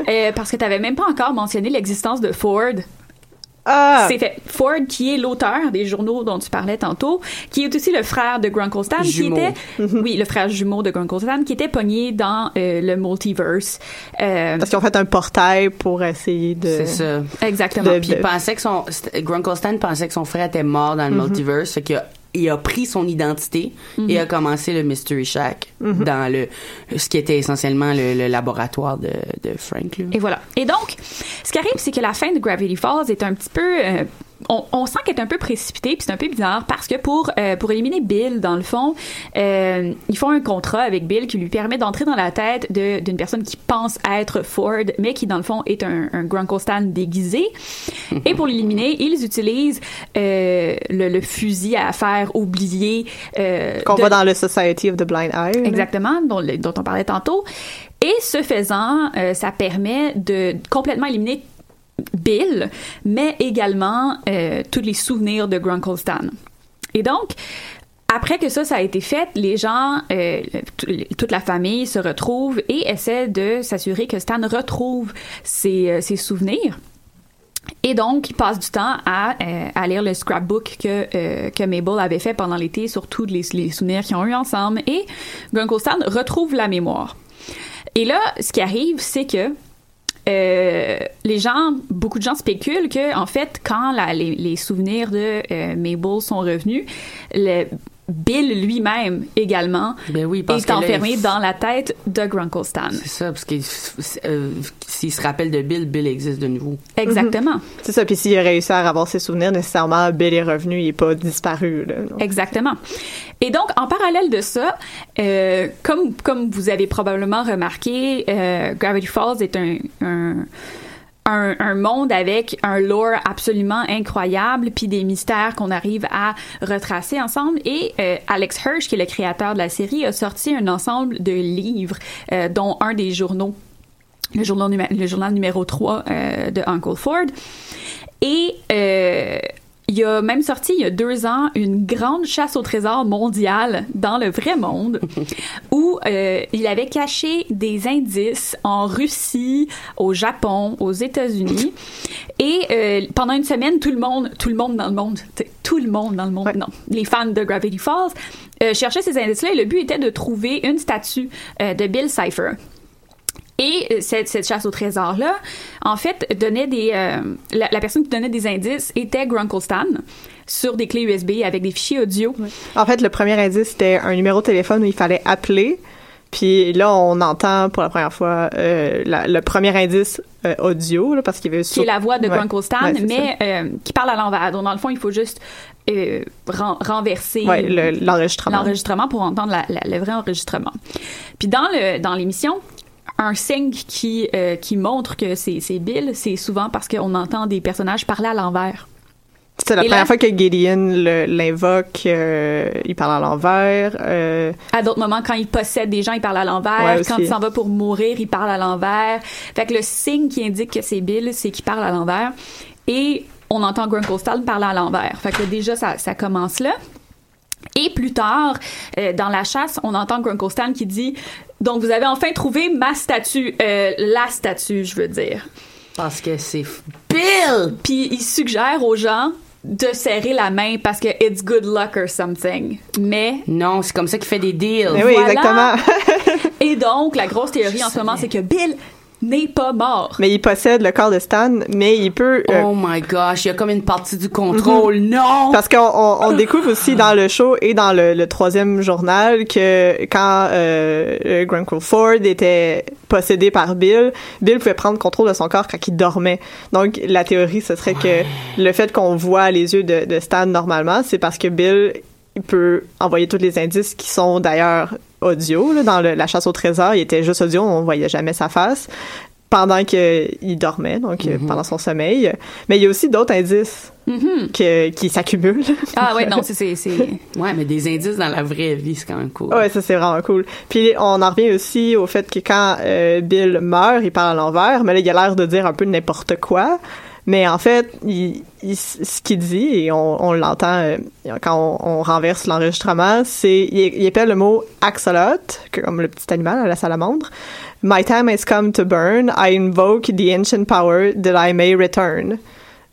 Speaker 2: Euh, parce que t'avais même pas encore mentionné l'existence de Ford.
Speaker 3: Ah,
Speaker 2: C'est fait. Ford, qui est l'auteur des journaux dont tu parlais tantôt, qui est aussi le frère de Grunkle Stan, qui
Speaker 4: Jumeau.
Speaker 2: était, oui, le frère jumeau de Grunkle Stan, qui était pogné dans euh, le multiverse. Euh,
Speaker 3: parce qu'ils ont fait un portail pour essayer de.
Speaker 4: C'est ça.
Speaker 2: exactement.
Speaker 3: de-
Speaker 4: Puis il pensait que son c'était- Grunkle Stan pensait que son frère était mort dans le multiverse, fait qu'il a, il a pris son identité et a commencé le Mystery Shack dans le ce qui était essentiellement le, le laboratoire de, de Frank. là.
Speaker 2: Et voilà. Et donc, ce qui arrive, c'est que la fin de Gravity Falls est un petit peu... euh, on, on sent qu'elle est un peu précipitée, puis c'est un peu bizarre, parce que pour, euh, pour éliminer Bill, dans le fond, euh, ils font un contrat avec Bill qui lui permet d'entrer dans la tête de- d'une personne qui pense être Ford, mais qui, dans le fond, est un, un Grunkle Stan déguisé. Et pour l'éliminer, ils utilisent euh, le, le fusil à faire oublier... euh,
Speaker 3: Qu'on
Speaker 2: de-
Speaker 3: va dans le Society of the Blind Eye. là.
Speaker 2: Exactement, dont, le- dont on parlait tantôt. Et ce faisant, euh, ça permet de complètement éliminer Bill, mais également euh, tous les souvenirs de Grunkle Stan. Et donc, après que ça, ça a été fait, les gens, euh, t- toute la famille se retrouve et essaie de s'assurer que Stan retrouve ses, euh, ses souvenirs. Et donc, il passe du temps à, euh, à lire le scrapbook que, euh, que Mabel avait fait pendant l'été sur tous les, les souvenirs qu'ils ont eu ensemble. Et Grunkle Stan retrouve la mémoire. Et là, ce qui arrive, c'est que euh, les gens, beaucoup de gens spéculent que, en fait, quand la- les, les souvenirs de euh, Mabel sont revenus, le Bill lui-même également
Speaker 4: Ben oui, parce
Speaker 2: est
Speaker 4: que là,
Speaker 2: enfermé
Speaker 4: il-
Speaker 2: dans la tête de Grunkle Stan.
Speaker 4: C'est ça, parce que euh, s'il se rappelle de Bill, Bill existe de nouveau.
Speaker 2: Exactement.
Speaker 3: C'est ça. Puis s'il a réussi à avoir ses souvenirs, nécessairement, Bill est revenu, il n'est pas disparu. Là, Donc,
Speaker 2: Exactement. Et donc, en parallèle de ça, euh, comme, comme vous avez probablement remarqué, euh, Gravity Falls est un, un, un, un monde avec un lore absolument incroyable, puis des mystères qu'on arrive à retracer ensemble. Et euh, Alex Hirsch, qui est le créateur de la série, a sorti un ensemble de livres, euh, dont un des journaux le journal, numé- le journal numéro 3 euh, de Uncle Ford. Et euh, il a même sorti il y a deux ans une grande chasse au trésor mondiale dans le vrai monde où euh, il avait caché des indices en Russie, au Japon, aux États-Unis. Et euh, pendant une semaine, tout le monde, tout le monde dans le monde, tu sais, tout le monde dans le monde,
Speaker 3: Ouais.
Speaker 2: non, les fans de Gravity Falls euh, cherchaient ces indices-là et le but était de trouver une statue euh, de Bill Cipher. Et euh, cette, cette chasse au trésor-là, en fait, donnait des. euh, la, la personne qui donnait des indices était Grunkle Stan sur des clés USB avec des fichiers audio.
Speaker 3: En fait, le premier indice, c'était un numéro de téléphone où il fallait appeler. Puis là, on entend pour la première fois euh, la- le premier indice euh, audio, là, parce qu'il y avait
Speaker 2: qui est la voix de
Speaker 3: Ouais.
Speaker 2: Grunkle Stan,
Speaker 3: Ouais, c'est
Speaker 2: mais euh, qui parle à l'envers. Donc, dans le fond, il faut juste euh, ren- renverser
Speaker 3: Ouais, le- l'enregistrement.
Speaker 2: l'enregistrement pour entendre la- la- le vrai enregistrement. Puis dans le dans l'émission, un signe qui euh, qui montre que c'est c'est Bill, c'est souvent parce qu'on entend des personnages parler à l'envers.
Speaker 3: C'était la
Speaker 2: Et
Speaker 3: première
Speaker 2: là-
Speaker 3: fois que Gideon le- l'invoque, euh, il parle à l'envers. euh,
Speaker 2: À d'autres moments, quand il possède des gens, il parle à l'envers.
Speaker 3: Ouais, aussi.
Speaker 2: quand il s'en va pour mourir, il parle à l'envers. Fait que le signe qui indique que c'est Bill, c'est qu'il parle à l'envers. Et on entend Grunkle parler à l'envers. Fait que déjà, ça, ça commence là. Et plus tard, euh, dans la chasse, on entend Grunkle Stan qui dit Donc, vous avez enfin trouvé ma statue. Euh, la statue, je veux dire.
Speaker 4: Parce que c'est f- Bill!
Speaker 2: Puis il suggère aux gens de serrer la main parce que it's good luck or something. Mais
Speaker 4: Non, c'est comme ça qu'il fait des deals.
Speaker 3: mais oui,
Speaker 2: Voilà.
Speaker 3: exactement.
Speaker 2: Et donc,
Speaker 3: Ah,
Speaker 2: la grosse théorie
Speaker 4: Je
Speaker 2: en ce moment,
Speaker 4: savais.
Speaker 2: c'est que Bill n'est pas mort.
Speaker 3: mais il possède le corps de Stan, mais il peut. euh, Mhm.
Speaker 4: Oh my gosh, il y a comme une partie du contrôle. Non!
Speaker 3: Parce qu'on on, on découvre aussi dans le show et dans le, le troisième journal que quand euh, euh, Grunkle Ford était possédé par Bill, Bill pouvait prendre contrôle de son corps quand il dormait. Donc la théorie, ce serait que le fait qu'on voit les yeux de, de Stan normalement, c'est parce que Bill il peut envoyer tous les indices qui sont d'ailleurs audio. là, dans le- la chasse au trésor, il était juste audio, on voyait jamais sa face pendant qu'il dormait, donc euh, pendant son sommeil. Mais il y a aussi d'autres indices que- qui s'accumulent.
Speaker 2: Mhm. Ah ouais, non, c'est- c'est... c'est-
Speaker 4: Ouais, mais des indices dans la vraie vie, c'est quand même cool.
Speaker 3: Ouais, ça c'est vraiment cool. Puis on en revient aussi au fait que quand euh, Bill meurt, il parle à l'envers, mais là il a l'air de dire un peu n'importe quoi. Mais en fait, il, il- ce qu'il dit, et on, on l'entend euh, quand on, on renverse l'enregistrement, c'est il, il appelle le mot axolot, que- comme le petit animal à la salamandre. My time has come to burn. I invoke the ancient power that I may return.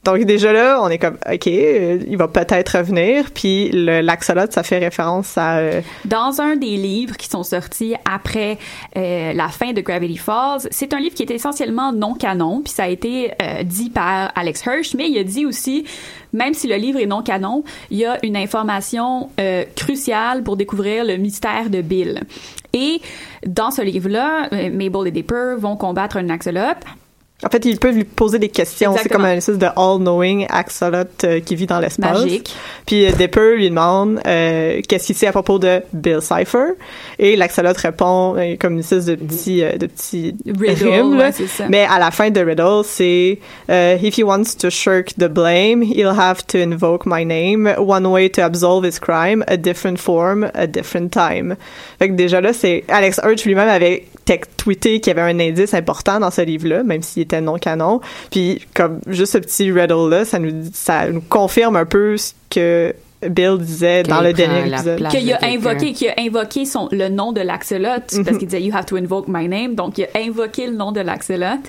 Speaker 3: Donc déjà là, on est comme ok, euh, il va peut-être revenir. Puis le- l'axolot, ça fait référence à euh,
Speaker 2: Dans un des livres qui sont sortis après euh, la fin de Gravity Falls, c'est un livre qui est essentiellement non canon, puis ça a été euh, dit par Alex Hirsch, mais il a dit aussi, même si le livre est non canon, il y a une information euh, cruciale pour découvrir le mystère de Bill. Et dans ce livre-là, euh, Mabel et Dipper vont combattre un axolote.
Speaker 3: En fait, ils peuvent lui poser des questions. C'est
Speaker 2: Exactement.
Speaker 3: comme un espèce de all-knowing axolot euh, qui vit dans l'espace.
Speaker 2: Magique.
Speaker 3: Puis euh, Dipper lui demande euh, qu'est-ce qu'il sait à propos de Bill Cipher. Et l'axolot répond euh, comme une espèce de petit, euh, de petit
Speaker 2: Riddle,
Speaker 3: rime, là.
Speaker 2: ouais, c'est ça.
Speaker 3: Mais à la fin de Riddle, c'est euh, If he wants to shirk the blame, he'll have to invoke my name. One way to absolve his crime, a different form, a different time. Fait que déjà là, c'est Alex Hirsch lui-même avait tech- tweeté qu'il y avait un indice important dans ce livre-là, même s'il était non canon. Puis comme juste ce petit riddle-là, ça nous ça nous confirme un peu ce que Bill disait
Speaker 4: Que
Speaker 3: dans
Speaker 4: il
Speaker 3: le
Speaker 4: prend
Speaker 3: dernier
Speaker 4: la
Speaker 3: épisode.
Speaker 4: place.
Speaker 2: qu'il a
Speaker 4: de quelqu'un. Mhm.
Speaker 2: invoqué qu'il a invoqué son le nom de l'axolot parce qu'il disait you have to invoke my name donc il a invoqué le nom de l'axolot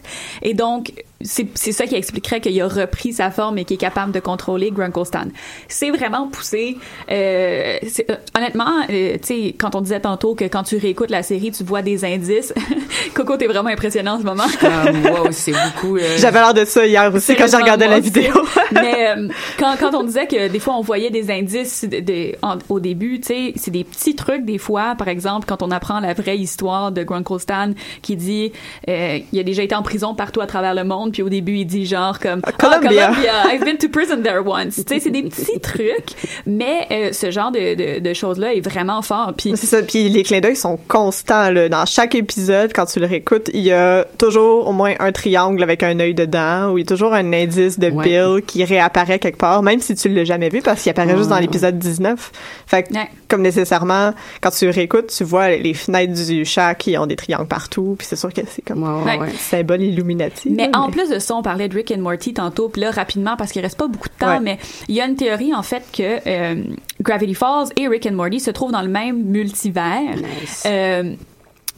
Speaker 2: et donc c'est c'est ça qui expliquerait qu'il a repris sa forme et qu'il est capable de contrôler Grunkostan. C'est vraiment poussé. Euh, c'est- euh, honnêtement, euh, tu sais, quand on disait tantôt que quand tu réécoutes la série, tu vois des indices. Coco, t'es vraiment impressionnant en ce moment.
Speaker 4: Comme, wow, c'est beaucoup. euh,
Speaker 3: J'avais l'air de ça hier aussi quand j'ai
Speaker 2: Sérieusement,
Speaker 3: regardé
Speaker 2: moi
Speaker 3: la
Speaker 2: aussi.
Speaker 3: vidéo.
Speaker 2: Mais euh, quand, quand on disait que des fois on voyait des indices de- de- en- au début, tu sais, c'est des petits trucs des fois. Par exemple, quand on apprend la vraie histoire de Grunkle Stan qui dit euh, il a déjà été en prison partout à travers le monde, puis au début il dit genre comme
Speaker 3: Ah,
Speaker 2: Ah,
Speaker 3: Columbia.
Speaker 2: I've been to prison there once. tu sais, c'est des petits trucs, mais euh, ce genre de, de- de choses-là est vraiment fort. Puis
Speaker 3: C'est ça. Puis les clins d'œil sont constants. Là. Dans chaque épisode, quand tu le réécoutes, il y a toujours au moins un triangle avec un œil dedans, ou il y a toujours un indice de
Speaker 4: Ouais.
Speaker 3: Bill qui réapparaît quelque part, même si tu l'as jamais vu, parce qu'il apparaît juste dans
Speaker 4: Ouais.
Speaker 3: l'épisode 19. Fait que,
Speaker 2: Ouais.
Speaker 3: comme nécessairement, quand tu le réécoutes, tu vois les fenêtres du chat qui ont des triangles partout, puis c'est sûr que c'est
Speaker 4: Ouais,
Speaker 3: comme
Speaker 4: ouais, ouais.
Speaker 3: un symbole illuminati.
Speaker 2: Mais
Speaker 3: là,
Speaker 2: en plus de ça, on parlait de Rick and Morty tantôt, puis là rapidement parce qu'il reste pas beaucoup de temps,
Speaker 3: Ouais.
Speaker 2: mais il y a une théorie en fait que euh, Gravity Falls et Rick and Morty se trouvent dans le même multivers,
Speaker 4: Nice.
Speaker 2: euh,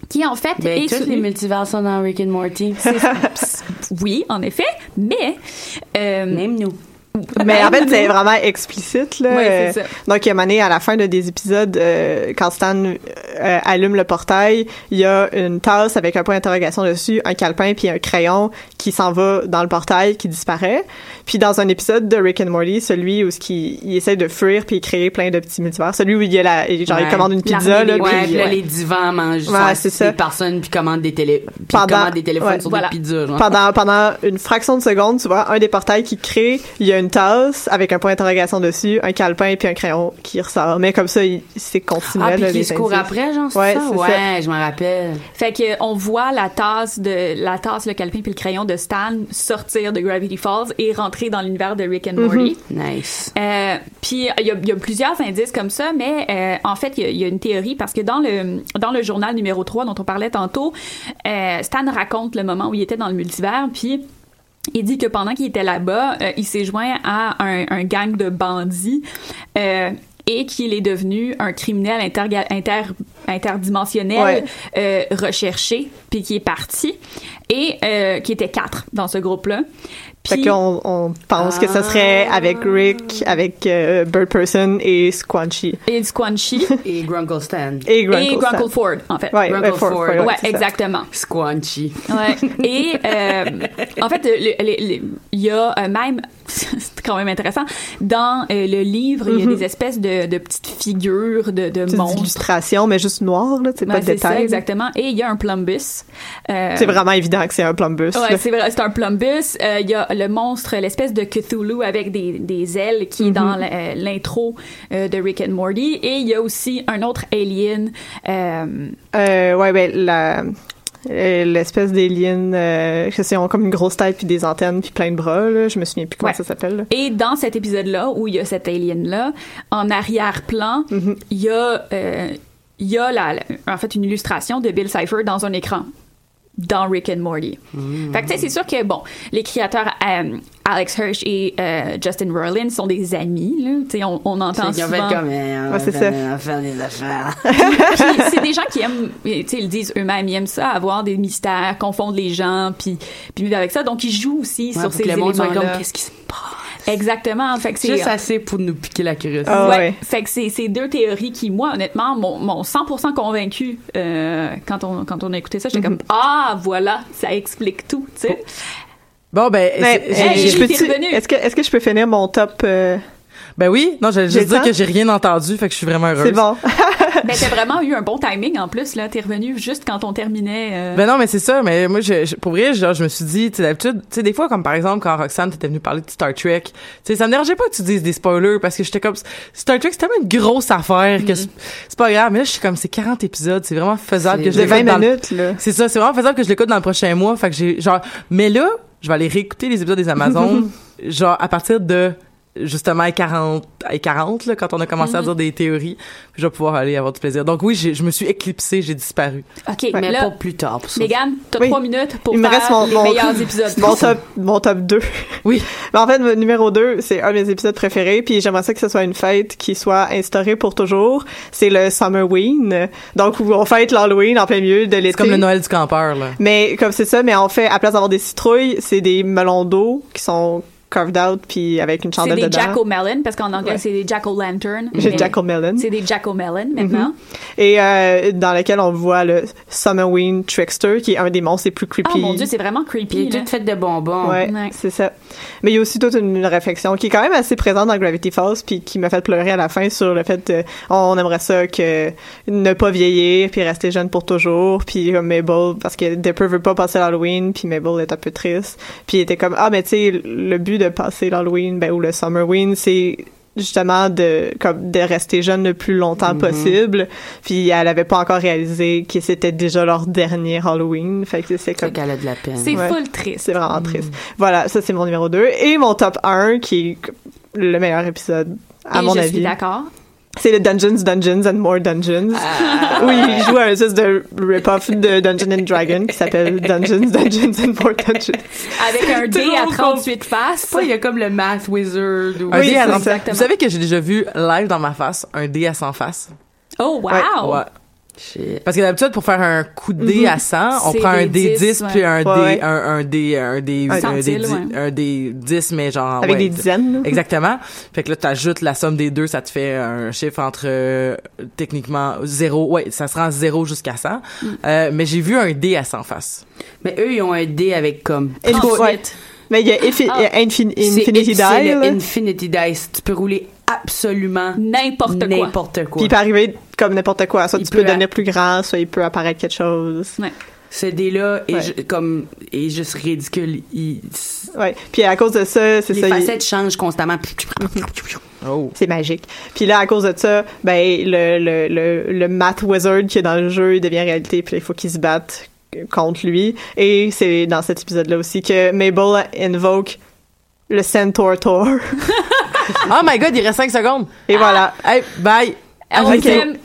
Speaker 2: qui en fait
Speaker 4: Ben,
Speaker 2: est
Speaker 4: tous les
Speaker 2: soutenu-
Speaker 4: multivers sont dans Rick and Morty.
Speaker 2: oui en effet, mais euh,
Speaker 4: Même nous.
Speaker 3: Mais en fait, c'est vraiment explicite. Là.
Speaker 2: Ouais, c'est
Speaker 3: Euh,
Speaker 2: ça.
Speaker 3: Donc, il y a mané à la fin de des épisodes, euh, quand Stan euh, allume le portail, il y a une tasse avec un point d'interrogation dessus, un calepin puis un crayon qui s'en va dans le portail, qui disparaît. Puis dans un épisode de Rick and Morty, celui où ce qui, il essaie de fuir puis créer plein de petits multivers, celui où il y a la, genre il
Speaker 4: Ouais.
Speaker 3: commande une pizza
Speaker 2: L'armée
Speaker 3: là,
Speaker 2: des-
Speaker 3: puis-
Speaker 4: Ouais, puis là,
Speaker 2: ouais.
Speaker 4: les divans mangent
Speaker 3: Ouais,
Speaker 4: sont
Speaker 3: c'est
Speaker 4: assis
Speaker 3: ça.
Speaker 4: des personnes puis commandent des, télé... puis
Speaker 3: Pendant-
Speaker 4: commandent des téléphones
Speaker 3: ouais,
Speaker 4: sur
Speaker 2: voilà.
Speaker 4: des pizzas. Genre.
Speaker 3: pendant, pendant une fraction de seconde, tu vois, un des portails qui crée, il y a une tasse avec un point d'interrogation dessus, un calepin puis un crayon qui ressort. Mais comme ça, il- c'est continuel.
Speaker 4: Ah, puis
Speaker 3: là,
Speaker 4: qui
Speaker 3: les
Speaker 4: se courent
Speaker 3: indices.
Speaker 4: après, Rouget, genre, c'est
Speaker 3: Ouais,
Speaker 4: ça?
Speaker 3: c'est
Speaker 4: Ouais, je m'en rappelle.
Speaker 2: Fait que euh, on voit la tasse de la tasse, le calepin puis le crayon de Stan sortir de Gravity Falls et rentrer dans l'univers de Rick and Morty.
Speaker 4: Nice.
Speaker 2: Euh, puis il y, a- il y a plusieurs indices comme ça, mais euh, en fait il y a- il y, a une théorie parce que dans le dans le journal numéro 3 dont on parlait tantôt, euh, Stan raconte le moment où il était dans le multivers, puis il dit que pendant qu'il était là-bas, euh, il s'est joint à un, un gang de bandits euh, et qu'il est devenu un criminel interga- inter- interdimensionnel
Speaker 3: Ouais.
Speaker 2: euh, recherché, puis qui est parti et euh, qui était quatre dans ce groupe-là.
Speaker 3: Fait
Speaker 2: Puis- Ah.
Speaker 3: qu'on on pense que ça serait avec Rick, avec euh, Bird Person et Squanchy.
Speaker 2: et Squanchy
Speaker 4: Et Grunkle Stan.
Speaker 3: Et Grunkle.
Speaker 2: et Grunkle
Speaker 3: Stan.
Speaker 2: Ford, en fait.
Speaker 3: Ouais,
Speaker 4: Grunkle
Speaker 3: ouais, Ford,
Speaker 4: Ford.
Speaker 3: Ford, ouais,
Speaker 2: ouais,
Speaker 3: c'est ça.
Speaker 2: exactement.
Speaker 4: Squanchy.
Speaker 2: Ouais. Et euh, en fait, le- le- le- il y a euh, même, c'est quand même intéressant, dans euh, le livre, il y a
Speaker 3: Mm-hmm.
Speaker 2: des espèces de, de petites figures de, de
Speaker 3: C'est une
Speaker 2: monstres.
Speaker 3: illustration, mais juste noir, là, c'est
Speaker 2: Ouais,
Speaker 3: pas de
Speaker 2: c'est ça,
Speaker 3: détails.
Speaker 2: exactement. Et il y a un plumbus. Euh,
Speaker 3: C'est vraiment évident que c'est un plumbus.
Speaker 2: Ouais,
Speaker 3: là.
Speaker 2: c'est vrai, c'est un plumbus. Euh, Il y a le monstre, l'espèce de Cthulhu avec des, des ailes qui est
Speaker 3: Mm-hmm.
Speaker 2: dans la- euh, l'intro euh, de Rick and Morty. Et il y a aussi un autre alien. euh,
Speaker 3: Euh, ouais, ben, la- euh, l'espèce d'alien, euh, je sais, ils ont comme une grosse tête puis des antennes puis plein de bras, là. Je me souviens plus comment
Speaker 2: Ouais.
Speaker 3: ça s'appelle, là.
Speaker 2: Et dans cet épisode-là, où il y a cet alien-là, en arrière-plan, il
Speaker 4: Mm-hmm.
Speaker 2: y a, euh, il y a la- la- en fait une illustration de Bill Cipher dans un écran, dans Rick and Morty.
Speaker 4: Mm.
Speaker 2: Fait que, tu sais, c'est sûr que, bon, les créateurs euh, Alex Hirsch et euh, Justin Roiland sont des amis, là. Tu sais, on, on entend
Speaker 4: Ils ont fait
Speaker 2: souvent...
Speaker 4: comme, eh, on
Speaker 3: Ouais,
Speaker 4: va
Speaker 3: c'est
Speaker 4: faire-
Speaker 3: ça.
Speaker 4: on va faire des affaires.
Speaker 2: Puis c'est des gens qui aiment, tu sais, ils disent eux-mêmes, ils aiment ça, avoir des mystères, confondre les gens, puis, puis vivre avec ça. Donc, ils jouent aussi
Speaker 4: Ouais,
Speaker 2: sur
Speaker 4: pour
Speaker 2: ces
Speaker 4: que le monde soit comme,
Speaker 2: éléments-là.
Speaker 4: qu'est-ce qui se passe?
Speaker 2: Exactement. Fait que c'est...
Speaker 4: Juste assez pour nous piquer la curiosité.
Speaker 3: Ah
Speaker 2: ouais.
Speaker 3: ouais.
Speaker 2: Fait que c'est c'est deux théories qui, moi, honnêtement, m'ont m'ont 100% convaincu euh, quand, on, quand on a écouté ça. J'étais comme,
Speaker 3: Mm-hmm.
Speaker 2: ah, voilà, ça explique tout, tu sais.
Speaker 3: Oh.
Speaker 1: Bon, ben,
Speaker 3: Mais,
Speaker 1: c'est- j'ai-
Speaker 2: hey,
Speaker 1: j'ai-
Speaker 3: je peux-tu-
Speaker 2: t'es revenue.
Speaker 3: est-ce que, est-ce que je peux finir mon top? euh,
Speaker 1: ben oui, non, j'allais juste
Speaker 3: J'ai le
Speaker 1: dire
Speaker 3: temps?
Speaker 1: que j'ai rien entendu, fait que je suis vraiment heureuse.
Speaker 3: c'est bon.
Speaker 2: Mais t'as vraiment eu un bon timing en plus, là. T'es revenu juste quand on terminait. euh,
Speaker 1: Ben non, mais c'est ça. Mais moi, je, je- pour vrai, genre, je me suis dit, tu sais, d'habitude, tu sais, des fois, comme par exemple, quand Roxane, t'étais venue parler de Star Trek, tu sais, ça me dérangeait pas que tu dises des spoilers parce que j'étais comme, Star Trek, c'est tellement une grosse affaire
Speaker 3: Mm-hmm.
Speaker 1: que c'est c'est pas grave. Mais là, je suis comme, c'est 40 épisodes, c'est vraiment faisable que
Speaker 4: C'est-
Speaker 1: je
Speaker 3: De
Speaker 1: l'écoute
Speaker 3: 20
Speaker 1: dans le-
Speaker 3: minutes, là.
Speaker 1: C'est ça, c'est vraiment faisable que je l'écoute dans le prochain mois. Fait que j'ai, genre, mais là, je vais aller réécouter les épisodes des Amazones, genre, à partir de, justement, à 40, à 40, là, quand on a commencé à dire des théories, je vais pouvoir aller avoir du plaisir. Donc oui, j'ai- je me suis éclipsée, j'ai disparu.
Speaker 3: Ben,
Speaker 2: OK, mais
Speaker 4: Mais
Speaker 2: là,
Speaker 4: pour plus tard, pour ça.
Speaker 2: Megan, t'as
Speaker 3: Oui.
Speaker 2: trois minutes pour
Speaker 3: Il me
Speaker 2: faire
Speaker 3: reste mon,
Speaker 2: les
Speaker 3: mon-
Speaker 2: meilleurs épisodes.
Speaker 3: mon top, mon top 2.
Speaker 1: Oui.
Speaker 3: Mais Ben, en fait, mon numéro 2, c'est un de mes épisodes préférés, puis j'aimerais ça que ce soit une fête qui soit instaurée pour toujours. C'est le Summerween. Donc, où on fête l'Halloween en plein milieu de l'été.
Speaker 1: C'est comme le Noël du campeur, là.
Speaker 3: Mais comme c'est ça, mais en fait, à place d'avoir des citrouilles, c'est des melons d'eau qui sont carved out puis avec une
Speaker 2: C'est
Speaker 3: chandelle
Speaker 2: des
Speaker 3: dedans.
Speaker 2: Jack O'Melon, parce qu'en anglais,
Speaker 3: Ouais.
Speaker 2: c'est des Jack O'Lantern.
Speaker 3: J'ai Mm-hmm.
Speaker 2: mais
Speaker 3: Jack O'Melon.
Speaker 2: C'est des Jack O'Melon maintenant.
Speaker 3: Et euh, dans lequel on voit le Summerween Trickster, qui est un des monstres les plus
Speaker 2: Ah
Speaker 3: creepy.
Speaker 2: mon Dieu, c'est vraiment
Speaker 4: Puis
Speaker 2: creepy.
Speaker 4: il est
Speaker 2: là.
Speaker 4: tout fait de bonbons.
Speaker 3: Ouais,
Speaker 2: Ouais.
Speaker 3: c'est ça. Mais il y a aussi toute une réflexion qui est quand même assez présente dans Gravity Falls, puis qui m'a fait pleurer à la fin sur le fait de, oh, on aimerait ça que ne pas vieillir, puis rester jeune pour toujours, puis comme Mabel, parce que Dipper veut pas passer l'Halloween, puis Mabel est un peu triste, puis il était comme ah mais tu sais le but de passer l'Halloween, ben ou le Summerween, c'est justement de comme de rester jeune le plus longtemps possible puis elle avait pas encore réalisé que c'était déjà leur dernier Halloween fait que c'est
Speaker 4: C'est
Speaker 3: comme
Speaker 4: qu'elle a de la peine.
Speaker 2: C'est
Speaker 3: Ouais.
Speaker 2: full triste.
Speaker 3: c'est vraiment triste. Voilà, ça c'est mon numéro 2. Et mon top 1, qui est le meilleur épisode, à
Speaker 2: Et
Speaker 3: mon
Speaker 2: je suis
Speaker 3: avis.
Speaker 2: d'accord.
Speaker 3: C'est le Dungeons, Dungeons and More Dungeons. Oui, il joue à un espèce de rip-off de Dungeons and Dragons qui s'appelle Dungeons, Dungeons and More Dungeons.
Speaker 2: Avec un dé à
Speaker 4: Toujours
Speaker 2: 38 faces.
Speaker 4: Ça, il y a comme le Math Wizard ou...
Speaker 1: Un
Speaker 3: Oui,
Speaker 1: dé à 100.
Speaker 3: c'est ça.
Speaker 1: Vous savez que j'ai déjà vu live dans ma face un dé à 100 faces.
Speaker 2: Oh, wow!
Speaker 1: Ouais.
Speaker 4: Shit.
Speaker 1: Parce que d'habitude, pour faire un coup de dé à 100, on
Speaker 2: C'est
Speaker 1: prend un
Speaker 2: des
Speaker 1: dé 10,
Speaker 2: 10,
Speaker 1: puis un
Speaker 3: ouais.
Speaker 1: dé,
Speaker 3: Ouais.
Speaker 1: un, un dé, un dé,
Speaker 2: Un
Speaker 1: un dé,
Speaker 2: centile,
Speaker 1: dix-
Speaker 2: ouais.
Speaker 1: un dé 10, mais genre,
Speaker 3: Avec
Speaker 1: Ah ouais,
Speaker 3: des dizaines. là.
Speaker 1: Exactement. Fait que là, t'ajoutes la somme des deux, ça te fait un chiffre entre euh, techniquement 0, ouais, ça se rend 0 jusqu'à 100. Euh, mais j'ai vu un dé à 100 faces.
Speaker 4: Mais eux, ils ont un dé avec comme...
Speaker 3: Et le-
Speaker 4: trois-
Speaker 3: ouais. Mais il y a Infi-
Speaker 2: Ah.
Speaker 3: Infin-
Speaker 4: C'est-
Speaker 3: Infinity Die.
Speaker 4: C'est le
Speaker 3: là.
Speaker 4: Infinity Dice. Tu peux rouler absolument
Speaker 2: N'importe quoi.
Speaker 4: n'importe quoi.
Speaker 3: Puis il peut arriver comme n'importe quoi. Soit
Speaker 4: Il
Speaker 3: tu peux
Speaker 4: peut-
Speaker 3: devenir plus grand, soit il peut apparaître quelque chose.
Speaker 2: Ouais.
Speaker 4: ce dé-là est
Speaker 3: Ouais.
Speaker 4: ju- comme est juste ridicule. Il-
Speaker 3: Ouais. Puis à cause de ça, c'est
Speaker 4: les
Speaker 3: ça. il-
Speaker 4: facettes changent constamment.
Speaker 1: Oh.
Speaker 3: C'est magique. Puis là, à cause de ça, ben le, le, le, le math wizard qui est dans le jeu il devient réalité. Puis là, il faut qu'il se batte contre lui. Et c'est dans cet épisode-là aussi que Mabel invoque le Centaur Tor.
Speaker 1: oh my god, il reste 5 secondes.
Speaker 3: Et voilà.
Speaker 1: Hey, bye.
Speaker 2: Ah, on
Speaker 1: Avec-
Speaker 2: vous aime.